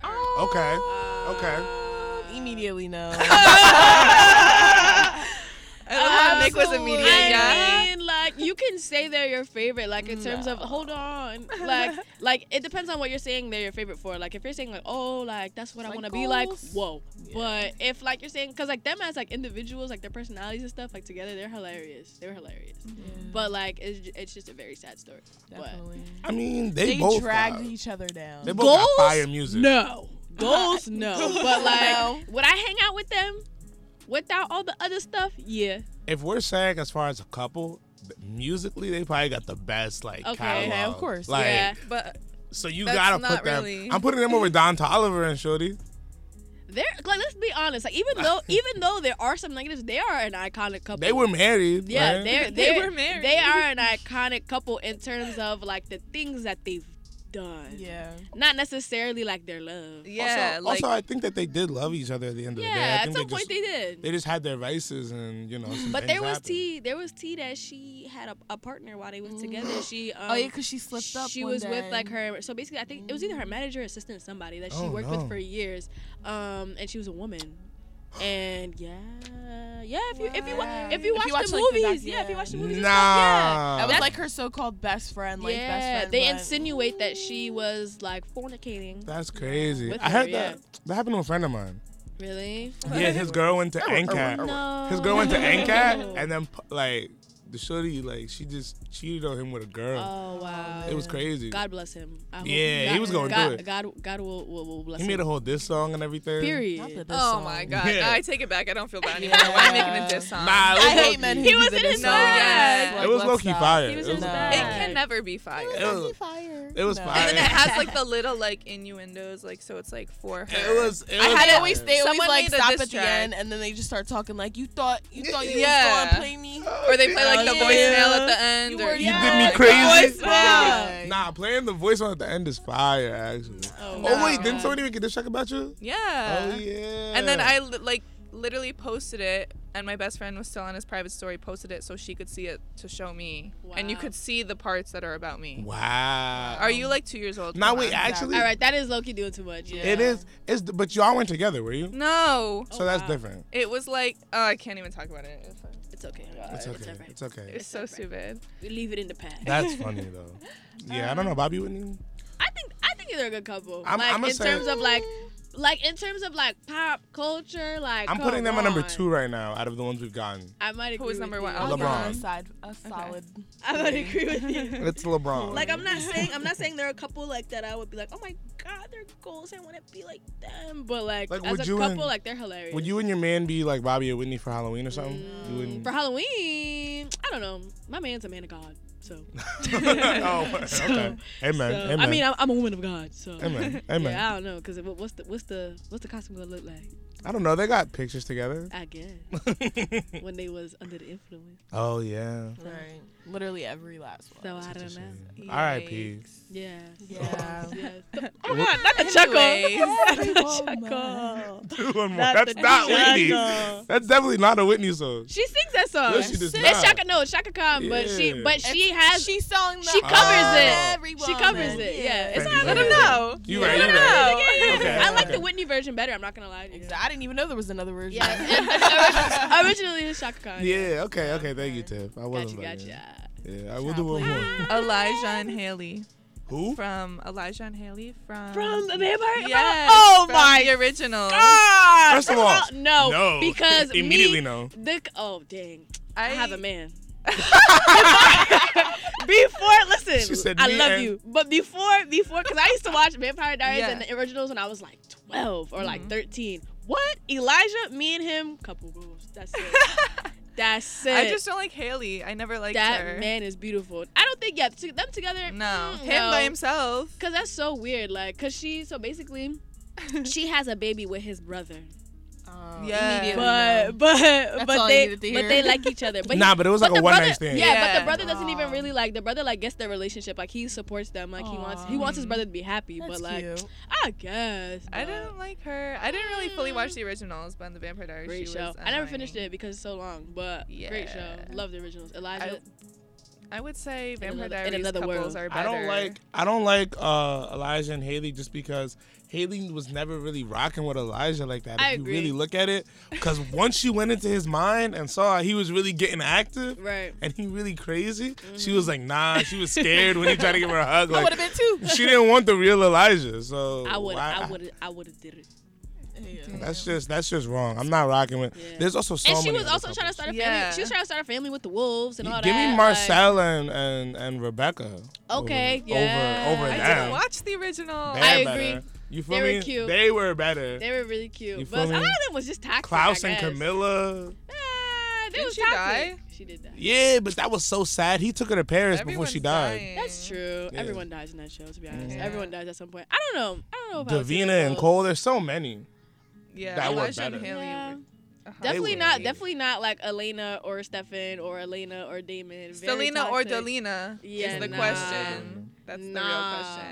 B: Okay. Okay.
C: Uh,
E: Immediately no.
C: I love how Nick was
E: Absolutely.
C: immediate.
D: I
C: Yeah.
D: mean, like you can say they're your favorite, like in terms of hold on, like like it depends on what you're saying they're your favorite for. Like if you're saying like oh like that's what I
E: Like
D: want to be like,
E: goals?
D: whoa. But if like you're saying because like them as like individuals, like their personalities and stuff, like together they're hilarious. They were hilarious. But like it's ju- it's just a very sad story.
E: Definitely.
B: I mean, they,
E: They,
B: both.
E: dragged
B: got-
E: each other down.
B: they
D: But
B: both got fire music.
D: No. Goals no. But like
E: No.
D: would I hang out with them? Without all the other stuff, yeah.
B: If we're saying as far as a couple, th- musically they probably got the best like
D: Okay.
B: catalog.
D: Okay,
E: of course.
B: Like
D: yeah.
C: But
B: so you
C: That's
B: gotta
C: not
B: put them.
C: really-
B: I'm putting them over Don Tolliver and Shorty.
D: They're like let's be honest. Like even though even though there are some negatives, they are an iconic couple.
B: They were married.
D: Yeah,
B: right?
D: they're,
C: They
D: they're,
C: were married.
D: They are an iconic couple in terms of like the things that they've done.
E: Yeah.
D: Not necessarily like their love.
C: yeah,
B: also,
C: like oh
B: also, I think that they did love each other at the end of
D: Yeah,
B: the day. I
D: at
B: think
D: some
B: they just,
D: point they did.
B: they just had their vices and you know. Some
D: but
B: things
D: there was
B: happened.
D: T. There was T that she had a, a partner while they was together.
C: Mm.
D: She um,
E: Oh yeah, cause she slipped up.
D: She
E: one
D: was with
E: day. Mm.
D: like her. So basically, I think it was either her manager, assistant, somebody that she
B: Oh,
D: worked
B: no.
D: with for years. Um, and she was a woman. And yeah, yeah. If you if you wa- if you
E: Wow.
D: watch,
E: If you watch,
D: the
E: like, the
D: movies,
E: doc-
D: yeah. If you
E: yeah.
D: watch the movies, and
B: Nah.
D: stuff, yeah.
E: That was
D: That's-
E: like her so-called best friend, like
D: yeah,
E: best friend.
D: they
E: but-
D: insinuate that she was like fornicating.
B: That's crazy.
D: With
B: I
D: her,
B: heard
D: yeah.
B: that that happened to a friend of mine.
D: Really?
B: Yeah, his girl went to NCAT.
D: No.
B: His girl went to NCAT, and then pu- like the shorty, like she just cheated on him with a girl.
D: Oh wow.
B: it was crazy.
D: God bless him. I hope
B: Yeah, he was gonna do
D: God,
B: it.
D: God, God will, will, will bless
B: he made a
D: him.
B: whole diss song and everything.
E: Not the
D: Period.
E: best
C: oh
E: song.
C: my god,
B: Yeah.
C: Nah, I take it back. I don't feel bad anymore. Why am I making a diss song?
B: Nah, it was,
E: I
B: low-
E: hate men who
D: He
E: do
D: was
E: the
D: in his
E: diss
C: bag.
E: songs,
B: it was
E: let's
B: low key
E: stop.
B: fire.
D: He was
B: it
D: in
B: was
D: his
E: No.
D: bag.
C: It can never be fire.
B: It was,
E: fire.
B: it was
E: No.
B: fire.
C: And then it has like the little like innuendos, like so it's like for her.
B: It was. It was
E: I had always they always
C: Someone
E: like
C: made a
E: stop
C: diss
E: at the
C: track.
E: end and then they just start talking like you thought you thought you
C: Yeah.
E: was gonna play me.
C: Or they play like the
E: Yeah.
C: voicemail at the end.
E: You
C: or,
E: were-
B: You
E: Yeah,
B: did me
E: like,
B: crazy.
E: voice back.
B: Nah, playing the voice on at the end is fire. Actually.
D: Oh,
B: Oh
C: Wow.
B: wait, didn't somebody make a diss track about you?
C: Yeah.
B: Oh yeah.
C: And then I li- like literally posted it, and my best friend was still on his private story, posted it so she could see it to show me, and you
D: Wow.
C: could see the parts that are about me.
B: Wow.
C: Are you like two years old?
B: Nah,
C: Come
B: wait.
C: on.
B: Actually,
D: All right, that is Loki doing too much. Yeah.
B: it is. It's. But y'all went together, were
C: Mm,
B: you?
C: No,
B: So that's
D: wow.
B: different.
C: it was like oh, I can't even talk about it. It's, fine.
D: It's okay.
B: It's okay.
D: It's all right.
B: It's okay.
C: It's so
D: okay.
C: stupid.
D: We leave it in the past.
B: That's funny though. Yeah, I don't know, Bobby Whitney.
D: I think I think they're a good couple.
B: I'm-
D: like
B: I'ma
D: in
B: say-
D: terms of like like in terms of like pop culture, like
B: I'm putting
D: come
B: them at number
D: on.
B: two right now out of the ones we've gotten.
D: I might agree.
C: Who is
D: with
C: number
D: you.
C: one?
E: I'll give
B: LeBron.
E: them a side a solid.
D: I might agree with you.
B: It's LeBron.
D: Like I'm not saying I'm not saying there are a couple like that I would be like, oh my god, they're goals. I want to be like them. But like,
B: Like,
D: as
B: would
D: a
B: you
D: couple,
B: and-
D: like they're hilarious. Mm.
B: Would you and your man be like Bobby and Whitney for Halloween or something? You wouldn't.
D: for Halloween? I don't know. My man's a man of God, so.
B: oh, okay.
D: So-
B: Amen.
D: so-
B: Amen.
D: I mean, I'm, I'm a woman of God, so.
B: Amen. Amen.
D: Yeah, I don't know, cause it- what's the what's the what's the costume gonna look like?
B: I don't know. They got pictures together.
D: I guess when they was under the influence.
B: oh yeah.
E: Right. Literally every last one.
D: So I don't know.
B: R.I.P.
C: Yikes.
D: Yeah.
E: Yeah. Oh
D: Yes.
C: Come on, Ah, not the chuckle.
B: Do one more.
D: Not
B: That's
D: the
B: not
D: Jack-
B: Whitney. That's definitely not a Whitney song.
D: She sings that song.
B: No, she does
D: It's
B: not.
D: Shaka. No, Shaka Khan, but
B: Yeah.
D: she but she has
E: She sung the
D: she covers
E: Oh.
D: it.
E: Every
D: She
E: woman.
D: covers it. Yeah. It's
B: Thank
D: not,
B: you,
D: I
B: thank
D: don't
B: you.
D: know.
B: You right. You
D: I don't
B: right.
D: know. Yeah.
B: Okay,
D: I like
B: okay.
D: the Whitney version better. I'm not gonna lie to you.
E: I didn't even know there was another version.
D: Yeah. Originally, it's Shaka Khan.
B: Yeah. Okay. Okay. Thank you, Tiff. I
D: Gotcha.
B: wasn't.
D: Gotcha.
B: fucking- Yeah. I will do one more.
C: Elijah and Haley
B: Who?
C: from Elijah and Haley from
D: From the vampire. From-
C: Yes,
D: Oh
C: from
D: my
C: the original.
D: God.
B: First of all,
D: no,
B: no.
D: because
B: Immediately
D: me,
B: no.
D: The, oh dang, I, have a man. before, listen,
B: She said
D: I
B: me
D: love
B: and-
D: you, but before, before, because I used to watch Vampire Diaries
C: Yeah.
D: and the originals when I was like 12 or like 13. What Elijah? Me and him, couple goals. That's it. That's it.
C: I just don't like Haley. I never liked
D: that
C: her.
D: man is beautiful. I don't think yeah, to, them together.
C: no,
D: mm,
C: him by
D: no.
C: himself.
D: Cause that's so weird. Like, cause she so basically, she has a baby with his brother.
E: Um,
C: Yeah.
E: immediately,
D: But
E: no.
D: but
E: all
D: but
E: I
D: they
E: needed to
D: but
E: hear.
D: they like each other. But
B: Nah,
D: he-
B: but it was like
D: the
B: a one
D: brother-
B: night stand.
D: Yeah, but
C: Yeah.
D: the brother doesn't even
E: Aw.
D: really like the brother like gets their relationship. Like he supports them. Like he wants he
E: Aw.
D: wants his brother to be happy.
E: That's
D: but like
E: cute.
D: I guess
C: I
D: but
C: didn't like her. I didn't really fully watch the originals, but in the Vampire Diaries,
D: Mm. Great
C: she
D: show.
C: was.
D: I never
C: annoying.
D: finished it because it's so long. But great show.
C: Yeah.
D: Love the originals. Elijah.
C: I would say Vampire
D: another- in
C: Diaries
D: another
C: couples
D: world.
C: are
B: I
C: better.
B: don't like I don't like uh, Elijah and Haley just because Haley was never really rocking with Elijah like that. If
D: I
B: you
D: agree.
B: really look at it, because once she went into his mind and saw he was really getting active
D: right.
B: and he really crazy, she
D: Mm-hmm.
B: was like, nah. She was scared when he tried to give her a hug.
E: I
B: Like,
E: would have been too.
B: she didn't want the real Elijah. So
D: I would
B: why-
D: I would I would have did it.
B: That's just that's just wrong. I'm not rocking with.
D: Yeah.
B: There's also so
D: and she
B: many
D: was
B: other
D: also trying
B: couples.
D: to start a family.
C: Yeah.
D: She was trying to start a family with the wolves and all
B: Give
D: that.
B: me
D: like-
B: Marcella and, and and Rebecca. over-
D: Okay,
B: Over
D: yeah.
B: over
D: I
C: I
B: them.
C: didn't watch the original.
B: They're
D: I
B: better.
D: agree.
B: You feel
D: They were
B: me?
D: cute.
B: They were better.
D: They were really cute.
B: You
D: but a
B: feel
D: lot of
B: me?
D: them was just toxic.
B: Klaus
D: I
B: and
D: guess.
B: Camilla.
D: Ah, they
C: Didn't
D: was
C: she
D: toxic.
C: die?
D: She did die.
B: Yeah, but that was so sad. He took her to Paris before she
C: Everyone's
B: died.
C: dying.
D: That's true.
B: Yeah.
D: Everyone dies in that show, to be honest.
C: Yeah.
D: Everyone dies at some point. I don't know. I don't know about
B: Davina and Cole. There's so many.
C: Yeah, Uh-huh.
B: That were
C: Elijah and
B: better.
C: Haley
D: Yeah.
C: were a hot
D: Definitely
B: were
C: take.
D: not. Definitely not like Elena or Stefan or Elena or Damon. Very
C: Selena or
D: toxic.
C: Delina
D: Yeah,
C: is the
D: nah.
C: question. That's
D: Nah.
C: the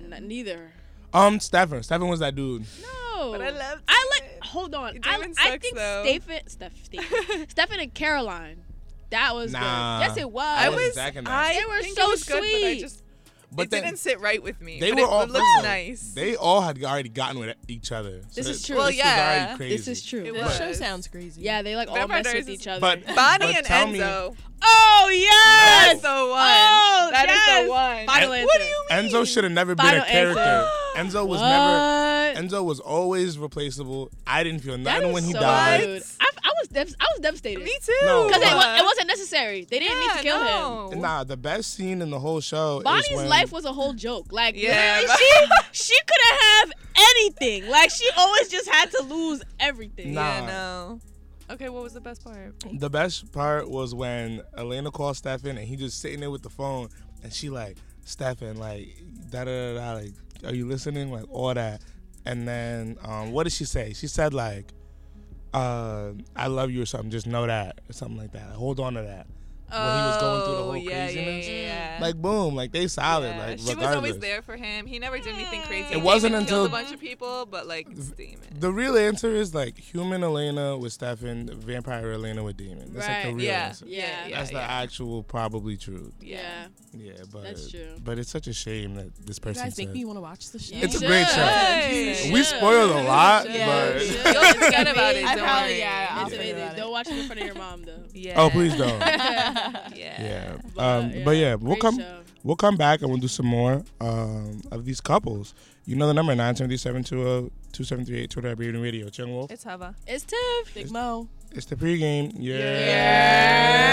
C: real
D: N-
C: question.
D: neither.
B: Um, Stefan. Stefan was that dude.
D: No.
C: But I love
D: I like.
C: Damon.
D: Hold on. I,
C: Damon
D: I
C: sucks,
D: think
C: though.
D: Stefan. Steph. Stefan. Stefan and Caroline. That was
B: Nah.
D: good. Yes, it was.
C: I
B: wasn't
C: was.
B: jacking that.
C: I
D: They were
C: think
D: so
C: it was good, But I
D: sweet.
C: just,
B: But
C: it
B: then
C: didn't sit right with me.
B: they
C: but
B: were
C: it,
B: all
C: it looks
B: no,
C: nice.
B: They all had already gotten with each other. So
D: This
B: that-
D: is true.
C: Well,
D: This
B: was
C: yeah.
B: already crazy.
D: This is true.
C: It
E: That
C: was.
E: show sounds crazy.
D: Yeah, they like all
C: Vampire
D: mess with
C: Diaries is-
D: each other.
B: But
C: Bonnie
B: but
C: and
B: tell me-
C: Enzo.
D: oh
C: That's
D: yes.
C: the one.
D: Oh,
C: that is
D: yes.
C: the one.
D: Final
C: what
D: answer.
C: do you mean?
B: Enzo should have never been
D: Final
B: a character. Enzo was never.
D: What?
B: Enzo was always replaceable. I didn't feel
D: That
B: nothing
D: is
B: when he
D: so
B: died.
D: rude. I, I was dev- I was devastated.
C: Me too.
B: No.
D: Because it, wa-
B: What?
D: it wasn't necessary. They didn't need to kill him.
C: no.
B: Nah, the best scene in the whole show.
D: Bonnie's
B: is when,
D: life was a whole joke. Like
C: Yeah,
D: literally, she she couldn't have anything. Like she always just had to lose everything.
B: Nah.
C: Yeah, no. Okay, what was the best part?
B: The best part was when Elena called Stefan and he just sitting there with the phone and she like, Stefan, like, da da da da, like, are you listening? Like all that. And then um, what did she say? She said like, uh, I love you or something. Just know that or something like that. Hold on to that. when he was going through the whole
C: Oh, yeah, yeah,
B: craziness.
C: yeah, yeah.
B: Like boom, like they solid.
C: Yeah,
B: Like
C: she was
B: regardless.
C: always there for him. He never did anything crazy.
D: It
C: Damon
B: wasn't until-
C: killed a bunch of people, but like it's Damon.
B: The real answer is like human Elena with Stefan, vampire Elena with Demon. That's like the
D: Right.
B: real
C: Yeah,
B: answer.
C: yeah,
D: Yeah.
C: yeah.
B: That's the
C: yeah.
B: actual probably truth.
D: Yeah.
B: Yeah, but
D: That's true.
B: But it's such a shame that this
E: You
B: person
E: guys make
B: said-
E: me want to watch the show.
B: It's a great show.
C: show.
B: We spoiled a lot,
E: Yeah.
B: but
E: Yeah.
C: You'll forget about it.
E: I
C: don't
E: probably-
C: worry.
E: yeah, I'll
D: It's
E: forget
D: amazing.
E: about it.
D: Don't watch it in front of your mom though.
C: Yeah.
B: oh please don't.
C: Yeah.
B: Yeah.
D: But,
B: Um,
D: yeah,
B: but yeah, we'll
D: great
B: come.
D: show.
B: We'll come back and we'll do some more um, of these couples. You know the number nine seventy seven two zero two seven three eight Twitter at Breathing Radio. Chung Wolf.
C: It's Hava.
D: It's Tiff.
E: Big Mo.
B: It's the pregame. Yeah.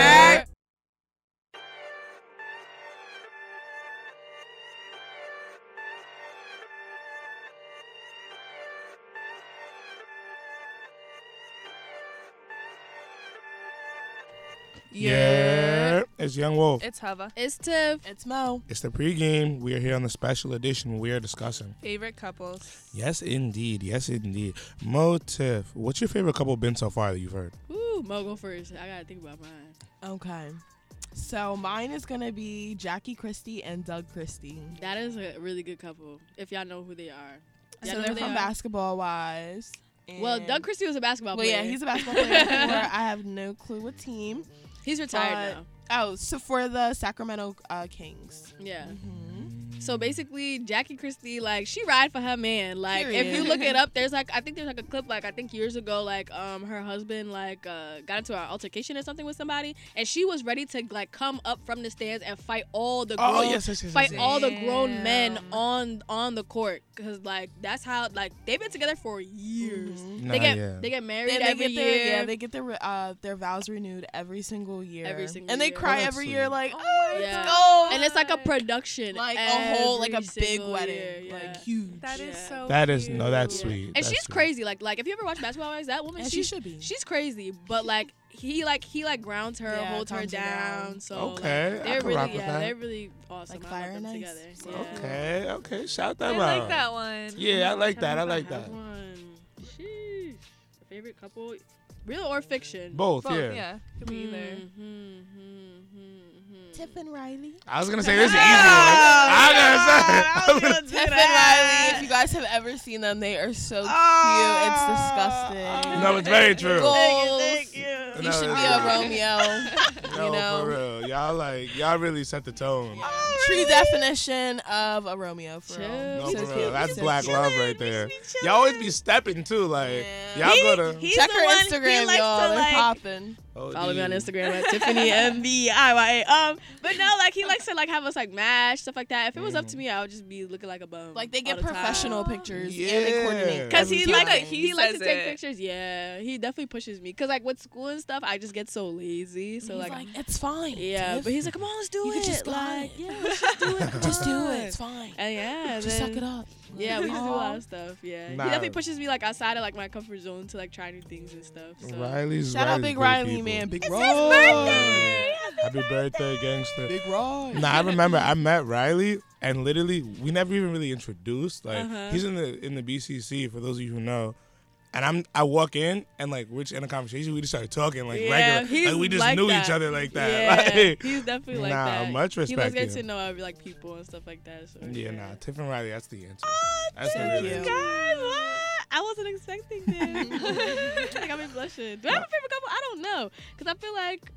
B: Yeah. It's Young Wolf.
C: It's Hava.
D: It's Tiff.
E: It's Mo.
B: It's the pregame. We are here on the special edition. where We are discussing.
C: Favorite couples.
B: Yes, indeed. Yes, indeed. Motif. What's your favorite couple been so far that you've heard?
D: Ooh, Mo go first. I gotta think about mine.
E: Okay. So mine is gonna be Jackie Christie and Doug Christie.
D: That is a really good couple. If y'all know who they are. Y'all
E: so
D: know
E: they're
D: who
E: from
D: are?
E: basketball wise.
D: Well, Doug Christie was a basketball
E: Well, yeah,
D: player.
E: he's a basketball player. for, I have no clue what team.
D: he's retired
E: but-
D: now.
E: Oh, so for the Sacramento uh, Kings.
D: Yeah.
E: Mm-hmm.
D: So basically, Jackie Christie, like she ride for her man. Like if
E: Period.
D: you look it up, there's like I think there's like a clip like I think years ago, like um her husband like uh got into an altercation or something with somebody, and she was ready to like come up from the stands and fight all the grown,
B: Oh, yes, yes,
D: fight
B: yes.
D: all the grown men
C: Damn.
D: on on the court, cause like that's how like they've been together for years.
B: Nah,
D: They get
B: yeah.
D: they get married
E: Mm-hmm. They,
D: every
E: get
D: year.
E: their yeah, they get their re- uh, their vows renewed every single year.
D: Every single
E: and they
D: year.
E: cry
B: Well, that's
E: every
B: sweet.
E: year like oh, let's
D: Yeah.
E: go.
D: and it's like a production,
E: like a whole like a
D: every
E: big
D: single
E: wedding,
D: year,
E: like
D: yeah.
E: huge.
C: That is
D: Yeah.
C: so.
B: That is no, that's
D: Yeah.
B: sweet.
D: and
B: That's
D: she's
B: sweet.
D: craall crazy. Like like if you ever watch Basketball Wives, that woman
E: and she
D: she's
E: should be.
D: She's crazy, but like he like he like grounds her,
E: Yeah,
D: holds her
E: calms her
D: down.
E: down.
D: So like,
B: Okay, I
D: they're
B: can rock
D: really
B: with
D: yeah, they're
B: that.
D: really awesome.
E: Like
D: I
E: Fire
D: love
E: and
D: them
E: Ice.
D: together. Yeah.
B: Okay, okay, shout
C: I
B: that out.
C: like that one.
B: Yeah, I like that. I
D: Have
B: like that.
D: one. Sheesh. Favorite couple, real or fiction?
B: Both,
C: Both,
B: yeah.
C: yeah. Could be either.
E: Mm-hmm, Tiff and Riley.
B: I was gonna say this is an easy one.
E: Oh,
B: I was gonna say.
E: Tiff and Riley. If you guys have ever seen them, they are so cute. It's disgusting.
B: No, it's very true.
E: Goals.
B: No,
E: You should
B: it's
E: be a
B: true.
E: Romeo.
B: No,
E: you know.
B: for real. Y'all like y'all really set the tone.
E: True definition of a Romeo for
D: Chill.
E: real.
B: No,
D: So
B: for
E: cute,
B: real. That's
E: so
B: black
E: cute.
B: love right there. Y'all always be stepping too, like
E: Yeah.
B: y'all gotta.
E: Check her Instagram, y'all. They're popping.
B: Oh,
D: Follow me on
B: dude.
D: Instagram at Tiffany MBIYA. Um, but no, like he likes to like have us like mash stuff like that. If it was
B: Mm.
D: up to me, I would just be looking like a bum.
F: Like they get
D: all the time.
F: professional pictures and they coordinate.
D: Cause he
F: everything.
D: like
C: that
D: he,
C: he
D: likes to
C: says
D: take
C: it.
D: pictures. Yeah, he definitely pushes me. Cause like with school and stuff, I just get so lazy. So
F: He's
D: like,
F: it's fine.
D: yeah,
F: Tiff.
D: but he's like, come on, let's do
F: You
D: it.
F: could just
D: like,
F: lie.
D: yeah, let's just do it.
F: just
D: come
F: do
D: on."
F: it. It's fine.
D: And yeah,
F: Just suck
D: then-
F: it up.
D: Yeah, we just do a lot
F: Aw.
D: of stuff. Yeah,
B: Nah.
D: he definitely pushes me like outside of like my comfort zone to like try new things and stuff. So.
B: Riley's
E: Shout out
B: Riley's
E: Big
B: great
E: Riley,
B: people.
E: man. Big
B: birthday! Happy birthday, gangster.
F: Big Roy.
B: Nah, I remember I met Riley and literally we never even really introduced. Like
D: Uh-huh.
B: he's in the in the BCC for those of you who know. And I'm I walk in and like we're just in a conversation we just started talking like
D: Yeah,
B: regular
D: he's
B: like we just
D: like
B: knew
D: that.
B: each other like
D: Yeah,
B: that. Like,
D: he's definitely like
B: nah,
D: that.
B: much
D: He loves
B: respect.
D: getting
B: yeah.
D: to know every, like people and stuff like that. So,
B: yeah, nah, Tiff and Riley, that's the answer. that's the
E: thank
B: real
E: you.
B: answer.
D: Guys, what? I wasn't expecting this. like I'm blushing. Do I have a favorite couple? I don't know, cause I feel like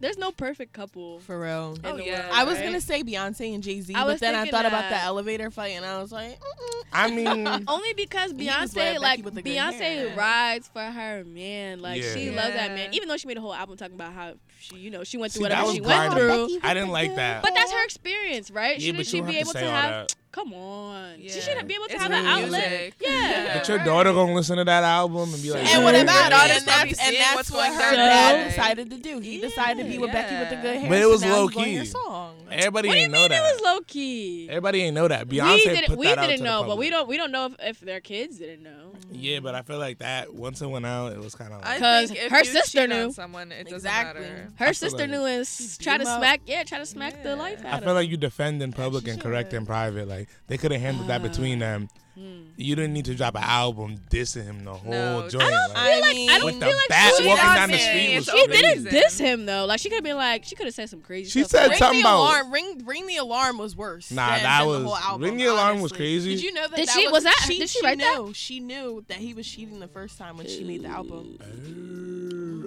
D: there's no perfect couple.
F: For real.
D: in
C: Oh,
D: the
C: yeah.
D: world,
E: I was
D: right?
E: gonna say Beyonce and Jay Z,
D: I
E: but
D: was
E: then I
D: thinking
E: thought about
D: that.
E: the elevator fight, and I was like, Mm-mm.
B: I mean
D: Only because
E: you
D: Beyonce,
E: just love Becky
D: like
E: with the good
D: Beyonce
E: hair.
D: rides for her man. Like she
B: Yeah.
D: loves that
C: Yeah.
D: man. Even though she made a whole album talking about how she, you know, she went
B: See,
D: through
B: that
D: whatever
B: was
D: she went
B: grimy.
D: through.
B: I didn't like that.
D: But that's her experience, right?
B: yeah,
D: Shouldn't
B: but
D: she
B: you don't
D: be
B: have
D: able
B: to
D: to
B: say all
D: have?
B: that.
D: Come on, she
C: Yeah.
D: should be able to
C: It's
D: have
C: her
D: an outlet.
C: music.
D: Yeah.
B: But your
C: Right.
B: daughter gonna listen to that album and be like,
E: and what
B: "Yeah."
E: about it?
C: daughter's
E: And
C: probably
E: that's, and
C: seeing
E: that's
C: what's
E: what
C: going
E: her
C: down.
E: dad
C: So-
E: decided to do. He decided to be with Becky with the good hair.
B: But it was
E: so now
B: low
E: he's going
B: key.
E: Your song.
B: Everybody
D: What do you
B: ain't know
D: mean it
B: that.
D: was low key?
B: Everybody ain't know that. Beyonce
D: we didn't,
B: put
D: we
B: that out
D: didn't
B: to the
D: know, but
B: public.
D: we don't we don't know if, if their kids didn't know.
B: Yeah, but I feel like that once it went out, it was kind of
C: I
B: like,
D: Because
C: think if
D: her
C: you
D: sister
C: cheat on
D: knew.
C: someone, it doesn't
E: Exactly.
C: matter.
D: Her
B: feel
D: sister
B: like-
D: knew and s-
E: She
D: try to
E: beat him up.
D: smack yeah, try to smack the
C: Yeah.
D: life
B: I
D: out
B: feel
D: of.
B: like you defend in public and correct
E: should.
B: in private. Like they could have handled that between them. You didn't need to drop an album dissing him the whole
C: No,
B: joint.
E: I
B: Like,
E: mean,
D: I don't
B: with
D: feel
B: the
D: like
B: bat
D: she
B: walking
D: does
B: down the
D: it.
B: street was
C: It's
D: she
C: all
B: crazy.
D: didn't
C: reason.
D: diss him though. Like she could have been like she could have said some crazy.
B: She
D: stuff.
B: said
E: Ring
B: something
E: the
B: about-
E: alarm. Ring, ring the alarm was worse.
B: Nah,
E: than,
B: that
E: than
B: was-
E: the whole album.
B: Ring the Alarm was
E: honestly.
B: crazy.
E: Did you know that?
D: Did
E: that
D: she-
E: was,
D: was that-
E: She,
D: did she write that?
E: knew, She knew that he was cheating the first time when she made the album.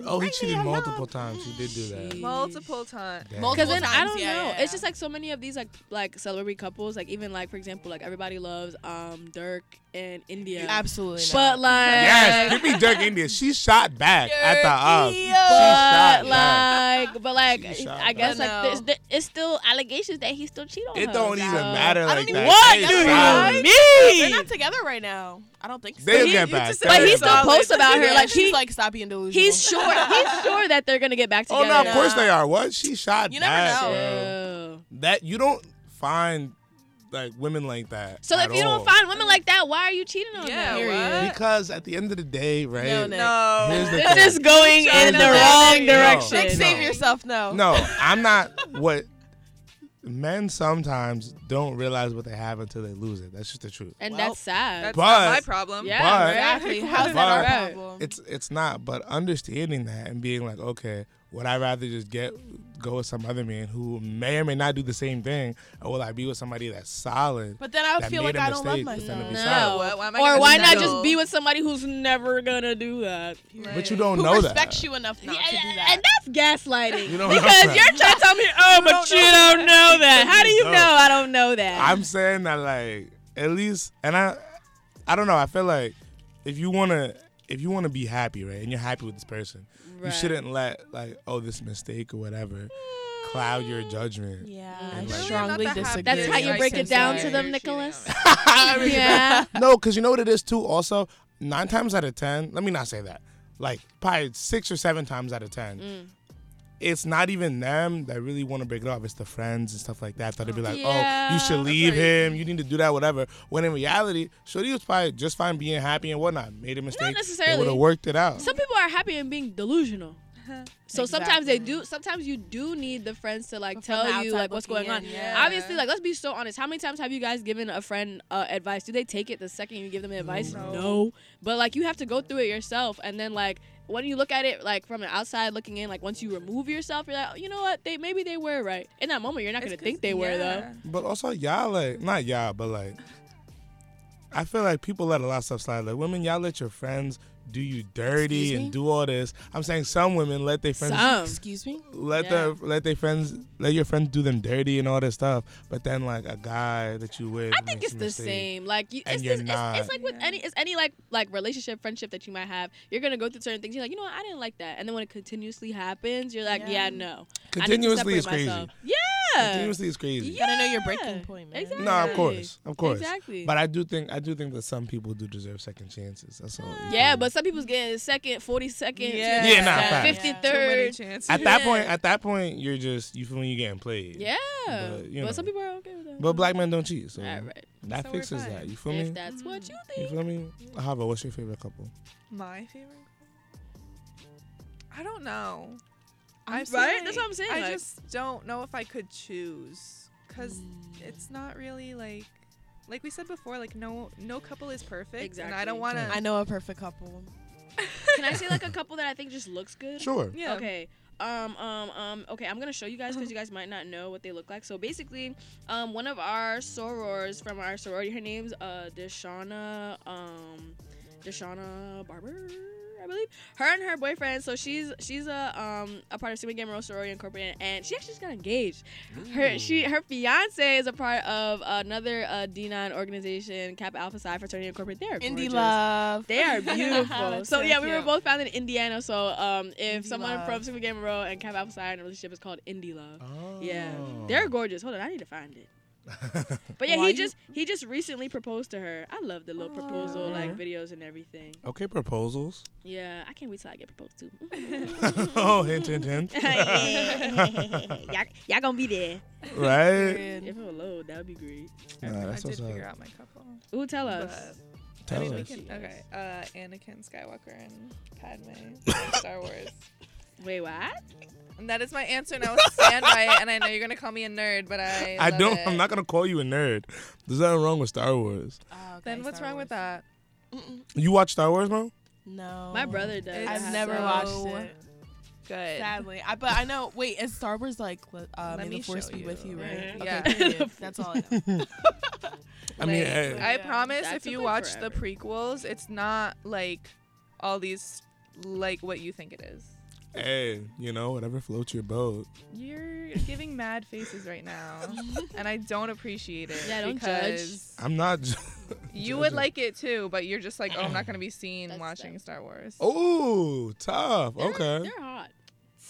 B: Oh, he
E: Bring me
B: cheated
E: a
B: multiple
E: love.
B: times. He did do that.
C: Multiple times.
B: Damn.
E: Multiple
D: Because then I
E: times,
D: don't
E: yeah,
D: know.
E: yeah.
D: It's just like so many of these like like celebrity couples. Like even like for example like everybody loves um Dirk and India.
E: Absolutely.
D: But like
B: Yes, give me Dirk India. She shot back at the up. She shot
D: But
B: back.
D: like, but like,
B: She shot
D: I guess
E: back.
D: like
E: No.
D: there's, there, it's still allegations that he still cheated on
B: It
D: her.
B: don't even
D: so-
B: matter
E: don't
B: like
E: even
B: that.
E: What
B: They
E: do you
B: solid.
E: mean? They're
D: Me.
E: not together right now. I don't think so.
B: They'll
C: He-
B: get
C: you
B: back.
C: just
B: They'll
C: said-
D: But he
B: get
D: still
B: back.
D: posts about her
E: Yeah,
D: like
E: she's
D: he,
E: like, stop being delusional.
D: he's sure he's sure that they're gonna get back
B: Oh
D: together.
B: no, of course they are. What? She shot
E: You never
B: back,
E: know.
B: bro.
D: Ew.
B: That you don't find like women like that.
D: So
B: at
D: if you
B: all.
D: don't find women like that, why are you cheating on
C: Yeah,
D: them?
C: what?
B: because at the end of the day, right?
E: No, no.
C: No.
B: Here's the thing.
D: This is going in the wrong direction.
E: Like, save
B: No.
E: yourself. No.
B: No, I'm not what men sometimes don't realize what they have until they lose it. That's just the truth.
D: And
E: Well,
D: that's sad.
C: That's
B: But-
C: not my problem.
D: yeah,
B: but-
D: right?
E: Exactly. How's
B: But-
E: that our problem?
B: It's it's not, but understanding that and being like, okay, would I rather just get go with some other man who may or may not do the same thing, or will I be with somebody that's solid?
E: But then I
B: that
E: feel
B: made
E: like
B: a
E: I don't love
B: mistake that's gonna
E: myself.
B: be
D: No.
B: solid.
C: What? Why am I
D: Or
C: gonna
D: why
C: do
D: not
C: that?
D: just be with somebody who's never gonna do that?
B: But you don't
E: Who
B: know that.
E: respects you enough not to do
D: and,
E: that?
D: and that's gaslighting.
B: You don't know
D: because
B: that.
D: you're trying to tell me, oh, but you don't know that. How do you
B: No.
D: know I don't know that?
B: I'm saying that like at least, and I, I don't know. I feel like if you wanna, if you wanna be happy, right, and you're happy with this person, you
D: Right.
B: shouldn't let like oh this mistake or whatever cloud your judgment.
E: Yeah,
B: I
E: I
B: Really, I'm not
E: strongly
C: that happy.
E: disagree.
D: That's how you
C: Yeah,
D: break
C: I'm
D: it down
C: sorry.
D: to them,
C: You're cheating on
D: Nicholas.
C: me.
D: yeah.
B: Uh, No, because you know what it is too. Also, nine times out of ten, let me not say that. Like probably six or seven times out of ten,
D: Mm.
B: it's not even them that really want to break it off. It's the friends and stuff like that that'll be like, "Oh, you
D: Yeah,
B: should leave him. You need to do that, whatever." When in reality, Shorty was probably just fine being happy and whatnot. Made a mistake.
D: necessarily.
B: would have worked it out.
D: Some people are happy in being delusional.
E: Uh-huh.
D: So sometimes they do. Sometimes you do need the friends to like
E: But from
D: tell
E: the
D: you
E: outside
D: like what's
E: looking
D: going on.
E: in,
C: yeah.
D: Obviously, like let's be so honest. How many times have you guys given a friend uh, advice? Do they take it the second you give them advice? No. But like you have to go through it yourself, and then like when you look at it like from the outside looking in, like once you remove yourself, you're like, oh, you know what? They maybe they were right. In that moment, you're not
C: It's
D: gonna
C: 'cause-
D: think they were
C: yeah.
D: though.
B: But also, y'all like not y'all, but like I feel like people let a lot of stuff slide. Like women, y'all let your friends do you dirty
E: Excuse me?
B: and do all this. I'm saying some women let their friends
D: Some.
E: Excuse me.
B: let
D: Yeah.
B: the let their friends let your friends do them dirty and all this stuff. But then like a guy that you with,
D: I think it's the same. Like you,
B: And
D: it's,
B: you're
D: just, it's,
B: not.
D: it's like with any it's any like like relationship, friendship that you might have. You're gonna go through certain things. You're like, you know, what? I didn't like that. And then when it continuously happens, you're like, yeah,
E: Yeah.
D: no. I need to
B: Continuously
D: separate
B: is crazy.
D: myself. Yeah.
B: Continuously is crazy.
D: Yeah.
E: Gotta know your breaking point, man.
D: Exactly.
B: No, of course, of course.
D: Exactly.
B: But I do think I do think that some people do deserve second chances. That's all.
D: yeah, but some people's getting second, forty second,
C: Yeah.
B: Yeah, nah, facts.
D: fifty
C: Too many
D: third.
C: chances.
B: at that
D: Yeah.
B: point, at that point, you're just you feel me, you getting played.
D: Yeah.
B: But,
D: But,
B: you know.
D: some people are okay with that.
B: But black men don't cheat, so
D: all right.
B: that
C: So we're
B: fixes
C: fine.
B: that. You feel me?
D: If that's what
C: Mm.
D: you
B: You
D: think.
B: feel me? Hava, what's your favorite couple?
C: My favorite. I don't know.
E: I'm
C: feel
D: right? That's what I'm saying,
C: I
D: like-
C: just don't know if I could choose because it's not really like, like we said before, like no no couple is perfect, and I
D: Exactly.
C: don't want
E: I
C: to.
E: know a perfect couple.
D: Can I say like a couple that I think just looks good?
B: Sure.
C: Yeah.
D: Okay. Um, um, um, okay, I'm gonna show you guys because you guys might not know what they look like. So basically, um, one of our sorors from our sorority, her name's uh Deshauna, um, Deshauna Barber, I believe. Her and her boyfriend. So she's she's a um a part of Sigma Gamma Rho Sorority Incorporated, and she actually just got engaged. Her she her fiance is a part of another uh D9 organization, Kappa Alpha Psi Fraternity Incorporated. They're
E: Indie
D: gorgeous.
E: love.
D: They are beautiful.
E: That's
D: so
E: so
D: yeah, we were
E: cute.
D: both found in Indiana. So um, if
E: Indie
D: someone
E: love.
D: from Super Game Row and Cap Alpha Psi are in a relationship is called Indie Love.
B: Oh.
D: Yeah, they're gorgeous. Hold on, I need to find it. But yeah,
E: Why
D: he
E: you-
D: just he just recently proposed to her. I love the little proposal
E: Oh.
D: like videos and everything.
B: okay, proposals.
D: Yeah, I can't wait till I get proposed to.
B: oh, hint, hint, hint.
D: y'all, y'all gonna be there.
B: right?
E: Period.
D: If it were low, that would be great.
C: I,
B: Nah,
C: I
B: that's
C: did
B: what's up.
C: figure out my couple.
D: Ooh, tell us.
C: I
B: Tell
C: mean, we
B: us.
C: can.
D: Yes.
C: Okay. Uh, Anakin Skywalker and Padme, from Star Wars.
D: Wait, what?
C: And that is my answer, and I will stand by it. And I know you're gonna call me a nerd, but I.
B: I
C: love
B: don't.
C: it.
B: I'm not gonna call you a nerd. There's nothing wrong with Star Wars.
E: Oh, okay,
C: Then what's
E: Star
C: wrong
E: Wars.
C: with that?
B: You watch Star Wars, bro?
E: No.
D: My brother does.
C: It's
E: Oh. I've
D: have
E: never
D: some.
C: so
E: watched it.
C: Good.
E: Sadly, I, but I know. Wait, is Star Wars like le- uh,
C: Let
E: May
C: me
E: the Force
C: show
E: be with
C: you. Mm-hmm.
E: you, right?
D: Mhm.
C: Yeah.
E: Okay, period. That's all I know.
B: I mean,
C: Like,
B: hey,
C: I
E: Yeah.
C: promise
D: That
C: if
D: took,
C: you
D: like,
C: watch the
D: forever.
C: prequels, it's not like all these like what you think it is.
B: hey, you know, whatever floats your boat.
C: You're giving mad faces right now, and I don't appreciate it.
D: Yeah, don't judge.
C: because
B: I'm not.
C: You would
B: judging.
C: like it too, but you're just like, oh, I'm not gonna be seen
D: That's
C: watching
D: them.
C: Star Wars.
B: Oh, tough.
D: They're-
B: Okay.
D: They're hot.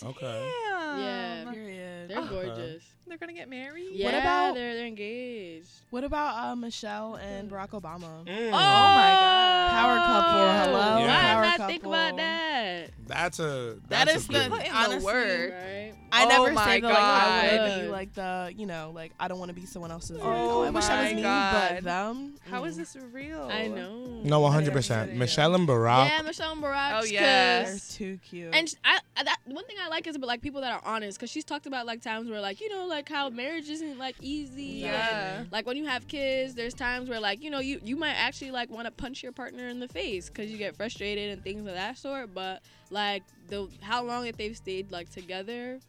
B: Okay.
C: Damn.
D: Yeah.
E: Period.
D: They're gorgeous.
C: They're gonna get married.
D: Yeah,
E: Um, about-
D: they're they're engaged?
E: What about uh, Michelle and Barack Obama?
B: Mm,
C: Oh God.
E: Power couple, hello,
D: Why
B: Yeah.
D: did
E: power
D: I not think
E: couple.
D: about that?
B: that's a.
E: That
B: That's a
E: is
B: big-
E: the-
C: Put in the
E: Honestly,
C: work.
D: Right?
E: I
C: Oh
E: never
C: my
E: say the like I would,
D: God.
E: but you like the you know like I don't want to be someone else's.
C: Oh
E: like, oh, I wish I was
C: my
E: me,
C: God.
E: but them.
C: How is
E: Mm.
C: this real?
D: I know.
B: No, 100.
C: Yeah,
B: percent
C: yeah.
B: Michelle and Barack.
D: Yeah, Michelle and Barack.
C: Oh,
D: 'cause-
E: They're
C: yes.
E: too cute.
D: And sh- I, I that one thing I like is about like people that are honest, because she's talked about like times where like you know like how marriage isn't like easy. Like,
C: Yeah.
D: like when you have kids, there's times where like you know you you might actually like want to punch your partner in the face because you get frustrated and things of that sort. But like the how long that they've stayed like together,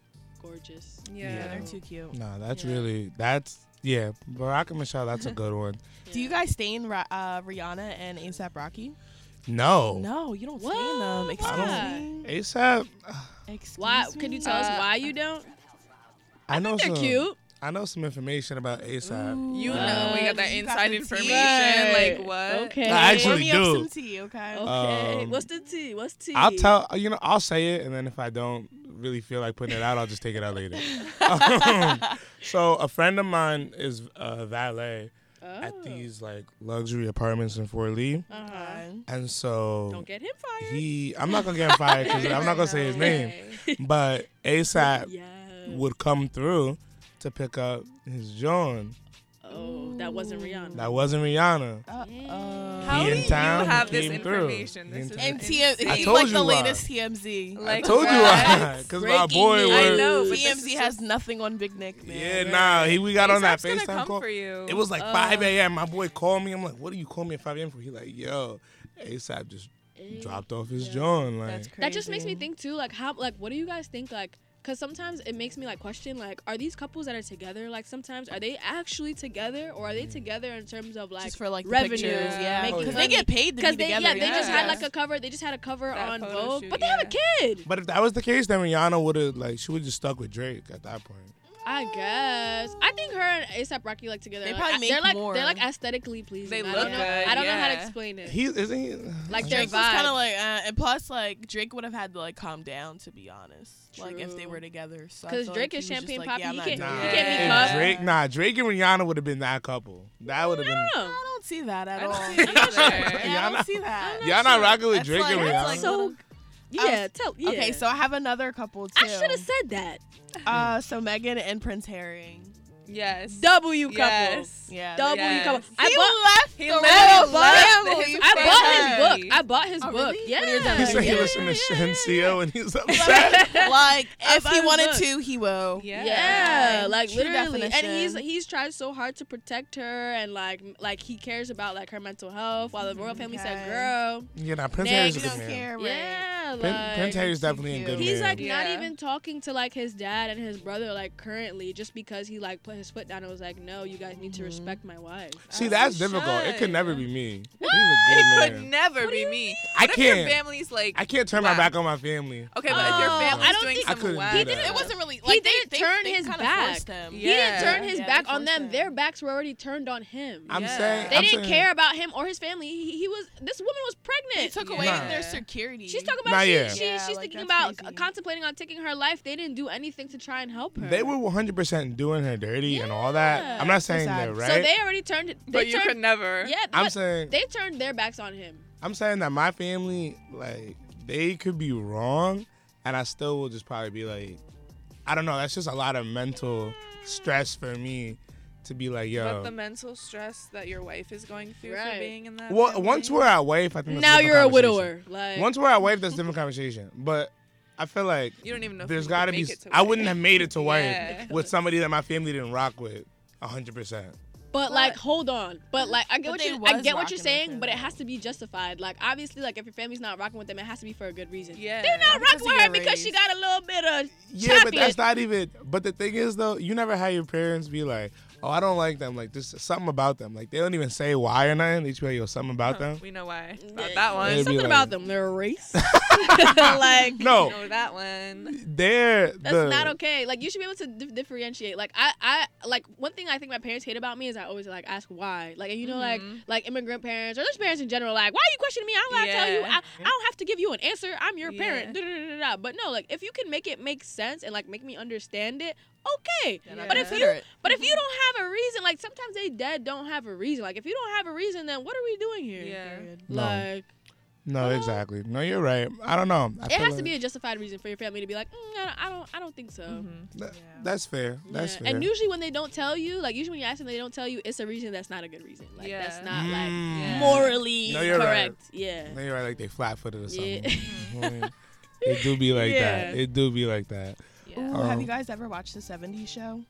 D: gorgeous.
E: yeah,
C: Yeah.
E: they're too cute.
B: Nah, that's
D: Yeah.
B: really. That's yeah. Barack and Michelle. That's a good one.
E: Do you
D: Yeah.
E: guys stay in Ra- uh, Rihanna and ASAP Rocky?
B: No.
E: No, you don't stay
D: What?
E: in them.
D: Why?
E: Excuse me.
B: ASAP.
E: Excuse
D: Why?
E: me.
D: Could you tell us
C: Uh,
D: why you don't?
B: I, know
D: They're
B: some.
D: cute.
B: I know some information about ASAP.
E: Ooh.
C: You
B: Wow.
C: know, we got that
E: You
C: inside
E: the tea.
C: information.
D: Right.
C: Like what?
D: Okay.
B: I
E: Pour
B: actually
E: me up
B: do.
E: some tea, okay?
D: Okay.
B: Um,
D: What's the tea? What's tea?
B: I'll tell you know I'll say it and then if I don't really feel like putting it out I'll just take it out later. Um, so a friend of mine is a valet
D: Oh.
B: at these like luxury apartments in Fort Lee,
D: Uh-huh.
B: and so
D: Don't get him fired.
B: he I'm not gonna get him fired because I'm not gonna say his name, but ASAP
D: yeah.
B: would come through to pick up his John
D: Oh, that wasn't Rihanna.
B: that wasn't Rihanna.
E: Uh-oh.
C: How
B: He
C: do
B: in
C: you
B: town,
C: have
B: he
C: this
B: came through.
C: information?
B: He
C: This
B: in
C: is
B: town.
E: And uh, TMZ,
B: I
E: he's
B: told
E: like
B: you
E: the
B: why.
E: latest TMZ.
C: Like,
B: I told you why, because my
D: Breaking
B: boy
D: news.
B: was.
D: I
C: I know, but this is
E: TMZ has nothing on Big Nick. Man.
B: Yeah, nah, he we got on that
C: ASAP's gonna
B: FaceTime
C: come
B: call.
C: for you.
B: It was like 5
D: Oh.
B: a.m. My boy called me. I'm like, what do you call me at 5 a.m. for? He like, yo, ASAP just dropped off his
D: Yeah.
B: John. Like,
E: That's crazy.
D: That just makes me think too. Like how? Like what do you guys think? Like because sometimes it makes me like question like are these couples that are together like sometimes are they actually together or are they together in terms of like
F: Just for, like, the
D: revenue
F: pictures, yeah.
D: making
B: Oh, yeah.
F: Because they get
D: money?
F: paid to be
D: because they
F: together.
D: yeah, they just had
C: yeah.
D: like a cover they just had a cover
C: That
D: on
C: photo
D: Vogue
C: shoot,
D: but they have a kid
B: But if that was the case, then Rihanna would have like she would just stuck with Drake at that point.
D: I guess. I think her and ASAP Rocky like together.
F: They
D: like,
F: probably
D: I-
F: make
D: they're like
F: more.
D: they're like aesthetically pleasing.
C: They
D: I
C: look
D: don't know,
C: good,
D: I don't know how to
F: yeah.
D: explain it.
B: He isn't he
D: Like their
F: Drake was kind
D: vibe.
F: of like, uh, and plus, like Drake would have had to like calm down to be honest. Like if they
D: True.
F: were together, so I
D: 'Cause
F: feel
D: Drake
F: like
D: is
F: he was just
D: champagne
F: like,
D: poppy,
F: Yeah, I'm
D: he
F: not
D: can't-
F: doing
D: he
F: it.
D: can't be
B: If
D: cuffed.
B: Drake, nah, Drake and Rihanna would have been that couple. That would have been.
D: Damn.
F: I don't see that at
C: I don't
F: all.
C: see it
D: I'm not
C: either.
F: Yeah, I
D: sure.
B: Y'all not-
F: don't see that.
B: Y'all not rocking with
F: That's
B: Drake
F: like-
B: and Rihanna.
F: that's like-
D: so yeah, tell yeah.
F: Okay, so I have another couple too.
D: I should have said that.
F: Uh, so Megan and Prince Harrying.
C: Yes.
D: W couple.
C: Yes.
F: Yeah.
D: Double
C: Yes.
D: couple. I
F: He
D: bought
F: left
C: He
F: the royal
C: literally left
F: family.
C: his
D: I bought
C: family.
D: his book. I bought his
F: Oh,
D: book.
F: really?
D: Yeah.
F: When you're done.
B: He said he
D: yeah,
B: listened to
D: yeah, yeah,
B: Shencio
D: yeah.
B: and he's upset.
F: like
D: I
F: if
D: bought
F: he
D: his
F: wanted
D: book.
F: to, he will.
C: Yeah.
D: Yeah.
F: Yeah.
D: like
F: True
D: literally, and he's
F: definition.
D: he's tried so hard to protect her, and like m- like he cares about like her mental health. While the royal family said,
F: Okay.
D: "Girl,
B: yeah, nah, Prince
D: Nah,
B: Harry's a
D: you
B: good
D: don't
B: man.
F: care,
D: yeah, like
B: Prin- Prince Harry's definitely a
E: He's
B: good
D: he's
B: man.
D: like not
C: Yeah.
D: even talking to like his dad and his brother like currently just because he like put his foot down and was like, "No, you guys need to respect my wife."
B: See, that's difficult. It could
C: should.
B: never be me. He's a
C: It
B: good
C: could
B: man.
C: never be me.
B: I
C: What if your
B: can't.
C: family's like
B: I can't turn my
C: Wow.
B: back on my family.
C: okay, but if your
F: Oh,
C: family's
B: I don't
C: doing
B: think- I
C: some
B: couldn't
C: wild,
B: do
F: He
B: that.
F: didn't. It wasn't really.
D: He
F: Like they-
D: didn't
F: they,
D: turn
F: they
D: his
F: kinda
D: back.
F: forced him.
C: He
D: He didn't turn
C: Yeah.
D: his
F: Yeah,
D: back
F: they
D: on
F: forced
D: them.
F: him.
D: Their backs were already turned on him.
B: I'm
C: Yeah.
B: saying
D: they
B: I'm
D: didn't
B: saying-
D: care about him or his family. He, he was this woman was
F: They
D: pregnant.
F: took away
B: Nah.
F: their security.
D: She's talking
B: Nah,
D: about she,
B: yeah.
D: she,
F: Yeah,
D: she's
F: like,
D: thinking
F: that's
D: about
F: crazy.
D: contemplating on taking her life. They didn't do anything to try and help her.
B: They were 100% doing her dirty and all
D: Yeah.
B: that. I'm not
F: So
B: saying
F: sad.
B: that,
F: So
B: right?
D: So they already turned. They
C: but you
D: turned,
C: could never.
D: Yeah,
B: I'm
D: but
B: saying
D: they turned their backs on him.
B: I'm saying that my family, like, they could be wrong, and I still will just probably be like, I don't know. That's just a lot of mental stress for me to be like,
C: But
B: yo.
C: the mental stress that your wife is going through
D: Right.
C: for being in that.
B: Well,
C: family.
B: once we're at wife, I think that's
D: now
B: different
D: you're a
B: conversation.
D: widower. Like
B: Once we're at wife, that's a different conversation. But I feel like
C: you don't even know. if
B: there's
C: you
B: got to
C: could
B: be.
C: make it to
B: I
C: work.
B: wouldn't have made it to wife
C: Yeah.
B: with somebody that my family didn't rock with, hundred percent.
D: But like, hold on. But like, I get
F: But
D: what
F: they
D: you I
F: was
D: get what you're
F: rocking with
D: saying,
F: him,
D: but it
F: though.
D: has to be justified. Like, obviously, like if your family's not rocking with them, it has to be for a good reason.
C: Yeah.
D: they're not
F: Not because
D: rocking with
F: of
D: her
F: your
D: because she
F: race.
D: got a little bit of
B: Yeah, but
D: choppy.
B: that's not even. But the thing is, though, you never had your parents be like, "Oh, I don't like them." Like, there's something about them. Like, they don't even say why or nothing. They just be like, "Yo, something
C: Oh,
B: about them."
C: We know why.
D: Yeah.
C: About that one.
B: Maybe
D: something
B: like-
D: about them. Their race, like
B: No,
C: Know that one.
B: they're
D: That's
B: the,
D: not okay. Like you should be able to dif- differentiate. Like I, I, like one thing I think my parents hate about me is I always like ask why. Like and you know, like
C: Mhm.
D: like immigrant parents or just parents in general. Like why are you questioning me? I don't gotta tell you.
C: Yeah.
D: I, I don't have to give you an answer. I'm your parent.
C: Yeah.
D: Da, da, da, da, da. But no, like if you can make it make sense and like make me understand it, okay.
C: Then I'm
D: But if you
F: Considerate.
D: but if you
C: Mm-hmm.
D: don't have a reason, like sometimes they dead don't have a reason. Like if you don't have a reason, then what are we doing here?
C: Yeah.
B: No.
D: Like
B: No, exactly. No, you're right. I don't know. I
D: it
B: feel
D: has to
B: like-
D: be a justified reason for your family to be like, mm, I, don't, I don't, I don't think so.
C: Mhm.
B: That- That's fair. That's
D: Yeah,
B: fair.
D: And usually when they don't tell you, like usually when you ask them, they don't tell you. It's a reason that's not a good reason. Like that's
C: Yeah.
D: not like
B: Mm.
C: Yeah.
D: morally
B: No, you're right.
D: correct. Yeah.
B: No, you're right. Like they flat footed or
D: Yeah.
B: something. it do be like that.
D: Yeah.
B: It do be like that.
C: Yeah.
B: Oh.
F: Ooh, have you guys ever watched the '70s show?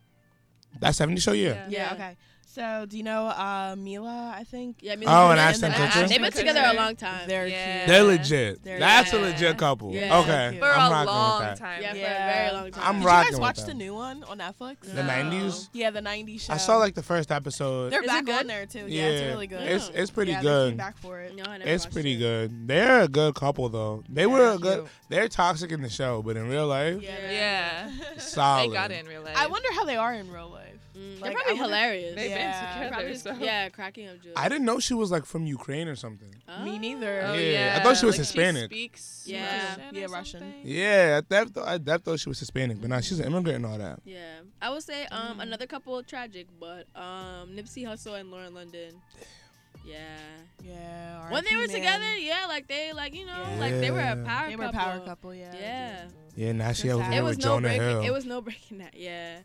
B: That 70 show, yeah.
C: Yeah.
D: Yeah.
F: Okay. So do you know uh, Mila? I think.
D: Yeah. I mean,
B: Oh,
D: they're
B: and
D: not-
B: Ashton
D: they're not-
B: Kutcher?
D: They've been
C: Ashton
D: together a
C: Kutcher.
D: long time.
F: They're
C: Yeah.
F: cute.
B: They're legit.
F: They're-
B: That's a
C: Yeah.
B: legit couple.
D: Yeah.
B: Okay.
F: For
C: For
B: I'm
C: a
B: rocking
C: long
B: with that.
C: time.
D: yeah, for a
F: Yeah.
D: very long time.
B: I'm
F: Did
B: rocking
F: you guys
B: with
F: watch
B: them.
F: the new one on Netflix?
B: The
D: No.
B: 90s?
F: Yeah, the '90s show.
B: I saw like the first episode.
F: They're
D: Is it
F: back
D: good?
F: on there too. Yeah, it's really good.
B: It's it's pretty
F: yeah, They came
B: good.
F: back for it.
D: No, I never
B: It's
D: watched
B: pretty
D: it.
B: good. They're a good couple though. They were a good.
F: cute.
B: They're toxic in the show, but in real life,
D: Yeah.
C: Yeah.
B: solid.
C: They got it in real life.
F: I wonder how they are in real life.
D: Mm,
F: Like,
D: they're probably
F: I wonder-
D: hilarious.
C: They've
F: Yeah.
C: been together.
D: probably just,
C: so.
D: yeah, cracking up. Jules.
B: I didn't know she was like from Ukraine or something.
D: Oh.
F: Me
C: Oh,
F: neither.
B: Yeah. I thought she was
C: like,
B: Hispanic.
C: speaks
D: Yeah.
C: Russian or
F: Yeah, Russian.
E: Mm-hmm.
C: something.
B: Yeah, at that I that thought she was Hispanic, but now she's an immigrant and all that.
D: Yeah, I would say
B: Mm.
D: um another couple tragic, but um Nipsey Hussle and Lauren London. Yeah.
F: Yeah.
D: when they
F: RIP,
D: were
F: man.
D: together, yeah, like they like you know like they were a
B: Yeah.
D: power
F: they were a
D: couple.
F: power couple. Yeah.
D: Yeah,
B: Yeah, now she
F: That's
B: over
F: sad.
B: here
D: it was
B: with
D: no
B: Jonah
D: breaking.
B: Hill.
D: It was no breaking that. Yeah.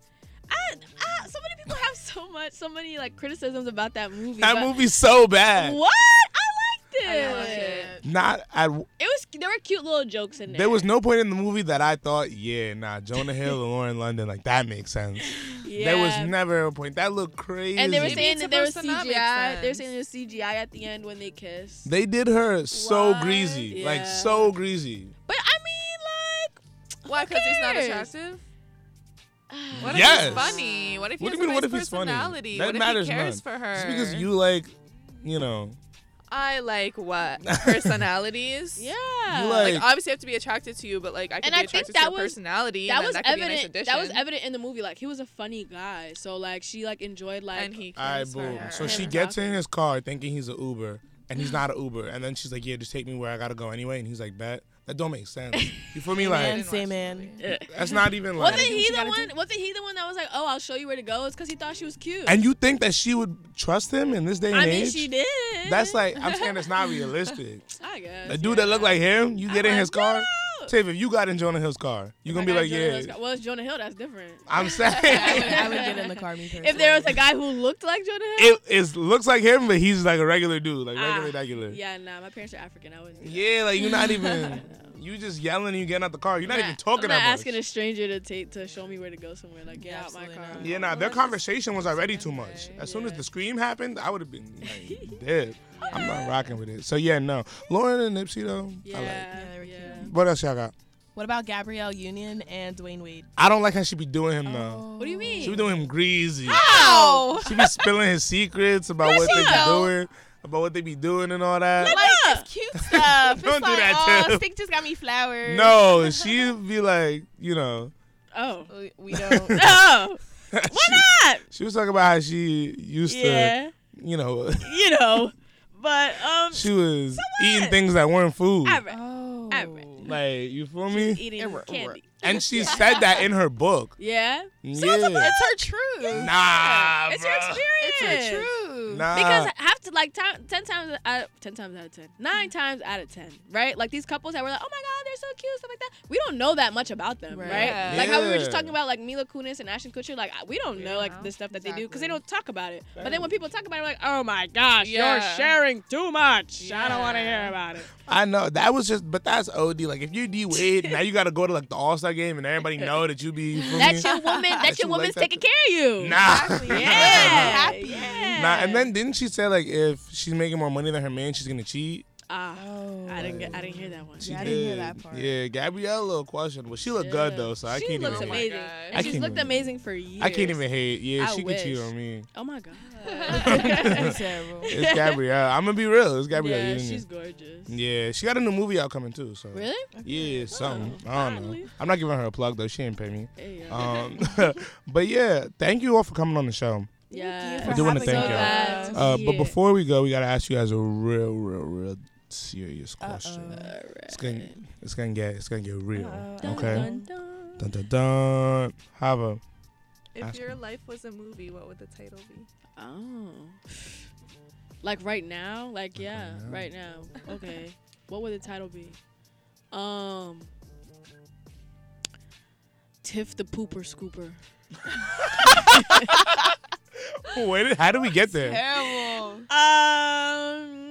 D: I, I, so many people have so much, so many like criticisms about that movie.
B: that
D: but-
B: movie's so bad.
D: What? I
F: I
D: liked
F: liked
D: it.
F: it.
B: Not at
D: It was there were cute little jokes in there.
B: there was no point in the movie that I thought, yeah, nah, Jonah Hill and Lauren London, like that makes sense.
D: yeah.
B: There was never a point. That looked crazy.
D: And they were
C: Maybe
D: saying
C: it's
D: that there was
C: supposed to not make
D: CGI. They were
C: sense.
D: saying there was CGI at the end when they kissed.
B: They did her so
C: What?
B: greasy, like
D: Yeah.
B: so greasy.
D: But I mean, like,
C: Why? Because he's not
D: cares?
C: attractive. What
B: Yes.
C: if he's funny? What if he
B: What do
C: has
B: you mean?
C: a
B: What
C: nice
B: if he's funny?
C: personality?
B: That
C: what
B: matters
C: if he cares
B: none.
C: for her?
B: Just because you like, you know,
C: I like what personalities.
D: Yeah.
B: You like-
C: Like obviously, I have to be attracted to you, but like I could
D: And
C: be
D: I think
C: attracted
D: that
C: to your
D: was-
C: personality.
D: that
C: and
D: was
C: then that could Be a nice
D: evident.
C: addition.
D: that was evident in the movie. Like he was a funny guy, so like she like enjoyed like
C: and he
B: I
C: cares
B: boom.
C: for her.
B: So she
D: Yeah.
B: gets in his car thinking he's an Uber, and he's not an Uber. And then she's like, "Yeah, just take me where I gotta go anyway." And he's like, "Bet." That don't make sense. You feel me?
C: I
B: Like
C: didn't
F: Say
C: watch the
F: man.
C: movie.
B: that's not even
D: wasn't
B: like.
D: he
F: you
D: the
F: gotta
D: one? Wasn't he the one that was like, "Oh, I'll show you where to go"? It's because he thought she was cute.
B: And you think that she would trust him in this day and
D: I mean,
B: age?
D: she did.
B: That's like I'm saying it's not realistic.
D: I guess.
B: A dude that look like him, you get in his car. Tiff, if you got in Jonah Hill's car, you gonna be like, yeah.
D: Well, it's Jonah Hill. That's different.
B: I'm
E: I would,
B: saying
E: I would get in the car me personally.
D: If there was a guy who looked like Jonah Hill.
B: it is looks like him, but he's like a regular dude, like
D: Ah,
B: regular, regular. Yeah.
D: yeah, nah. My parents are African. I wouldn't. do that.
B: like you're not even. You just yelling and you getting out the car. You're not
D: I'm
B: even talking
D: I'm not
B: that much.
D: asking a stranger to take to show me where to go somewhere. Like get
F: Yeah,
D: out my car.
F: absolutely not.
B: yeah, nah, their conversation was already too much. As soon as
D: Yeah.
B: the scream happened, I would have been like dead. I'm not rocking with it. So yeah, no. Lauren and Nipsey though,
D: Yeah,
B: I like.
D: yeah,
E: they were
B: What else y'all got?
E: what about Gabrielle Union and Dwayne Wade?
B: I don't like how she be doing him
E: Oh.
B: though.
D: What do you
B: She be
D: mean?
B: doing him greasy.
E: Ah!
C: Ow!
B: She be spilling his secrets about what they be doing, about what they be doing and all that.
F: Like it's cute stuff. It's
B: Don't do
F: like,
B: that,
F: oh,
B: Tiff.
F: Stick just got me flowers.
B: No, she be like, you know,
D: Oh,
F: We- we don't.
D: oh,
B: she,
D: not?
B: she was talking about how she used
D: Yeah,
B: to, you know,
D: you know, but um,
B: she was eating things that weren't food.
D: I read
E: Oh,
D: I read.
B: Like, you feel me?
D: eating candy.
B: And she said that in her book.
D: Yeah,
B: yeah.
F: It's her truth.
B: Nah,
D: it's your
B: bruh.
D: experience.
F: It's her truth.
B: Nah.
D: Because half to like time, ten times out, ten times out of ten, nine
B: Mm.
D: times out of ten, right? Like these couples that were like, oh my god, they're so cute, stuff like that. We don't know that much about them, right?
F: Right.
C: Yeah.
D: Like how we were just
B: Yeah.
D: talking about like Mila Kunis and Ashton Kutcher, like we don't know like
C: Yeah.
D: the stuff that they do because they
C: Exactly.
D: don't talk about it. But then when people talk about it, we're like, oh my gosh, you're
C: Yeah.
D: sharing too much. I don't want to
C: Yeah.
D: hear about it.
B: I know that was just, but that's OD. Like if you D Wade, now you got to go to like the All Star game, and everybody know that you be. You feel
D: That's
B: me?
D: your woman. That's your
B: you like
D: woman's
B: that
D: taking care of you.
B: Nah.
D: Yeah.
F: Happy.
D: yeah.
B: Nah, and then didn't she say like if she's making more money than her man, she's gonna cheat?
D: Ah,
E: Oh.
D: I didn't. Get, I didn't hear that one.
B: She
E: Yeah, I didn't hear that part.
B: Yeah, Gabrielle, little question. Well, she looked good though, so I
D: she
B: can't
D: looks
B: even.
D: amazing.
C: gosh.
D: And
B: I
D: she's
B: can't
D: looked
B: even-
D: amazing for years.
B: I can't even hate. Yeah,
D: I
B: she could cheat
D: wish.
B: on me.
D: Oh my god.
E: that's terrible.
B: It's Gabrielle. I'm gonna be real. It's Gabrielle
D: yeah,
B: Union.
D: she's gorgeous.
B: Yeah, she got a new movie out coming too. So
D: Really?
B: yeah, something. I don't know.
D: finally.
B: I'm not giving her a plug though. She ain't pay me.
D: There you go.
B: Um, but yeah, thank you all for coming on the show.
D: yeah.
B: I do wanna
D: so
B: thank y'all.
D: glad to
B: Uh,
D: see
B: But
D: it.
B: before we go, we gotta ask you guys a real, real, real serious question. It's gonna, it's gonna get, it's gonna get real.
E: Uh-oh.
B: Okay.
D: Dun, dun, dun.
B: Dun dun dun. Hava.
C: If
B: Ask
C: your
B: him.
C: life was a movie, what would the title be?
D: Oh. Like right now? Like yeah,
B: now.
D: right now. Okay. what would the title be? Um. Tiff the pooper scooper.
B: Wait, how did we get there?
F: Terrible.
D: Um.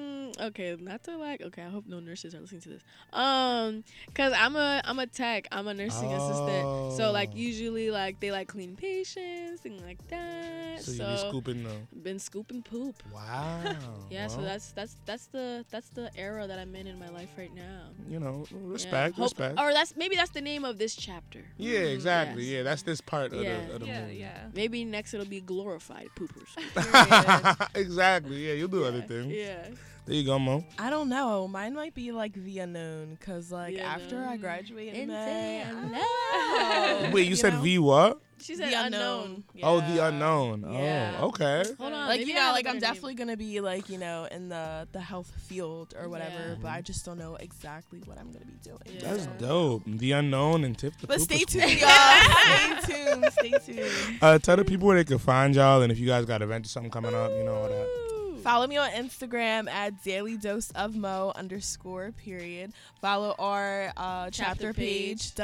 D: Okay, not to like. Okay, I hope no nurses are listening to this. Um, cause I'm a I'm a tech. I'm a nursing assistant. So
B: Oh.
D: like usually like they like clean patients and like that.
B: So
D: So,
B: you be scooping though.
D: been scooping poop.
B: Wow.
D: Yeah. So
B: Well,
D: that's that's that's the that's the era that I'm in in my life right now.
B: you know
D: Yeah.
B: respect,
D: Hope-
B: respect.
D: Or that's maybe that's the name of this chapter.
B: yeah, exactly.
D: yes.
B: Yeah, that's this part of
D: Yeah.
B: the, of the
C: yeah,
B: movie.
C: yeah.
D: Maybe next it'll be glorified poopers.
B: exactly. Yeah, you'll do other things.
D: yeah.
B: There you go, Mo.
E: I don't know. Mine might be like the unknown, cause like
D: The
E: after I
D: unknown.
E: graduated,
D: Into
E: man, I-
D: unknown.
B: Wait, you, said
E: know?
B: V what?
D: She
E: The
D: said unknown.
E: unknown.
B: Oh,
F: Yeah.
B: the unknown.
D: Yeah.
B: Oh, okay.
D: Hold on.
E: Like
D: maybe
E: you
D: I
E: know,
D: have a
E: like I'm
D: better name.
E: definitely gonna be like you know in the the health field or whatever,
D: Yeah.
E: but I just don't know exactly what I'm gonna be doing.
D: Yeah.
B: That's dope. The unknown and tip the.
E: But
B: pooper
E: stay
B: scoop.
E: tuned, y'all. stay tuned. Stay tuned.
B: Uh, tell the people where they can find y'all, and if you guys got events or something coming up, you know all that.
E: Follow me on Instagram at daily dose of mo underscore period. Follow our uh,
D: Chapter
E: chapter, page,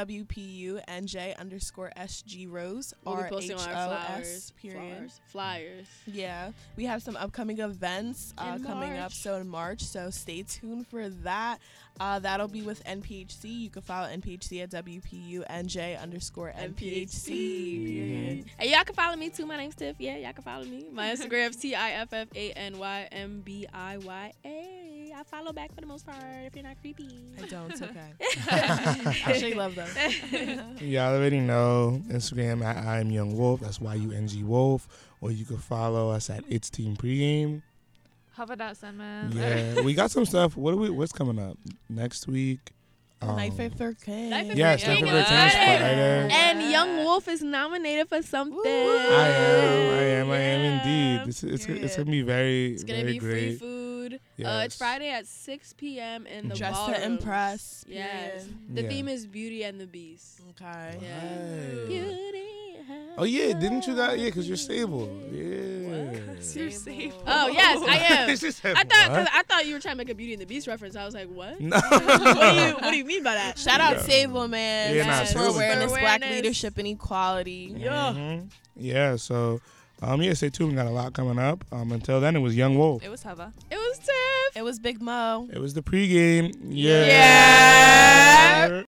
E: WPUNJ underscore SG Rose
D: We'll be
E: R H
D: posting
E: O
D: on our
E: S
D: flowers,
E: period.
D: Flowers. Flyers.
E: Yeah, we have some upcoming events uh,
D: In
E: coming up
D: March.
E: so in March, so stay tuned for that. Uh, that'll be with NPHC. You can follow NPHC at WPUNJ underscore NPHC. period.
D: And y'all can follow me too. My name's Tiff. Yeah, y'all can follow me. My Instagram's T I F F A N Y M B I Y A. I follow back for the most part if you're not creepy.
E: I don't. It's okay. Actually, love them.
B: Y'all Mm-hmm. already know Instagram at I'm Young Wolf. That's Y U N G Wolf. Or you can follow us at It's Team Pregame.
G: Hover dot
C: Uh-huh.
G: Sandman.
B: Yeah, we got some stuff. What do we? What's coming up next week?
E: Night
B: Um,
E: Fight for King.
D: Night Fight
B: Yes,
D: for
B: Night
D: King
B: for
D: is
B: King is
D: Friday.
B: Friday.
D: And Young Wolf is nominated for something.
B: I am, I am, I am indeed. This is, it's,
F: Period.
B: it's gonna be very,
D: It's gonna
B: very
D: be free
B: great.
D: food. Uh,
B: Yes.
D: it's Friday at 6 p.m. in the
E: Dress
D: ballroom.
E: to impress.
D: Yes.
E: period.
D: The
B: Yeah.
D: theme is Beauty and the Beast.
E: Okay.
D: Yeah.
B: Right.
D: Beauty.
B: Oh yeah, didn't you got yeah? Because you're stable. Yeah.
C: You're safe.
D: Oh yes, I am.
B: She said,
D: I thought
B: "What?"
D: cause I thought you were trying to make a Beauty and the Beast reference. I was like, what?
B: No.
D: what, do you, what do you mean by that?
F: Shout out Sable Man
B: Yeah, nah,
F: for
B: Sable-
F: awareness,
D: For
F: black
D: awareness.
F: leadership, and equality.
B: Mhm. Yeah. So, um, yeah, stay tuned. We got a lot coming up. Um, until then, it was Young Wolf.
C: It was Hava.
D: It was Tiff.
F: It was Big Mo.
B: It was the pregame.
D: Yeah.
B: yeah.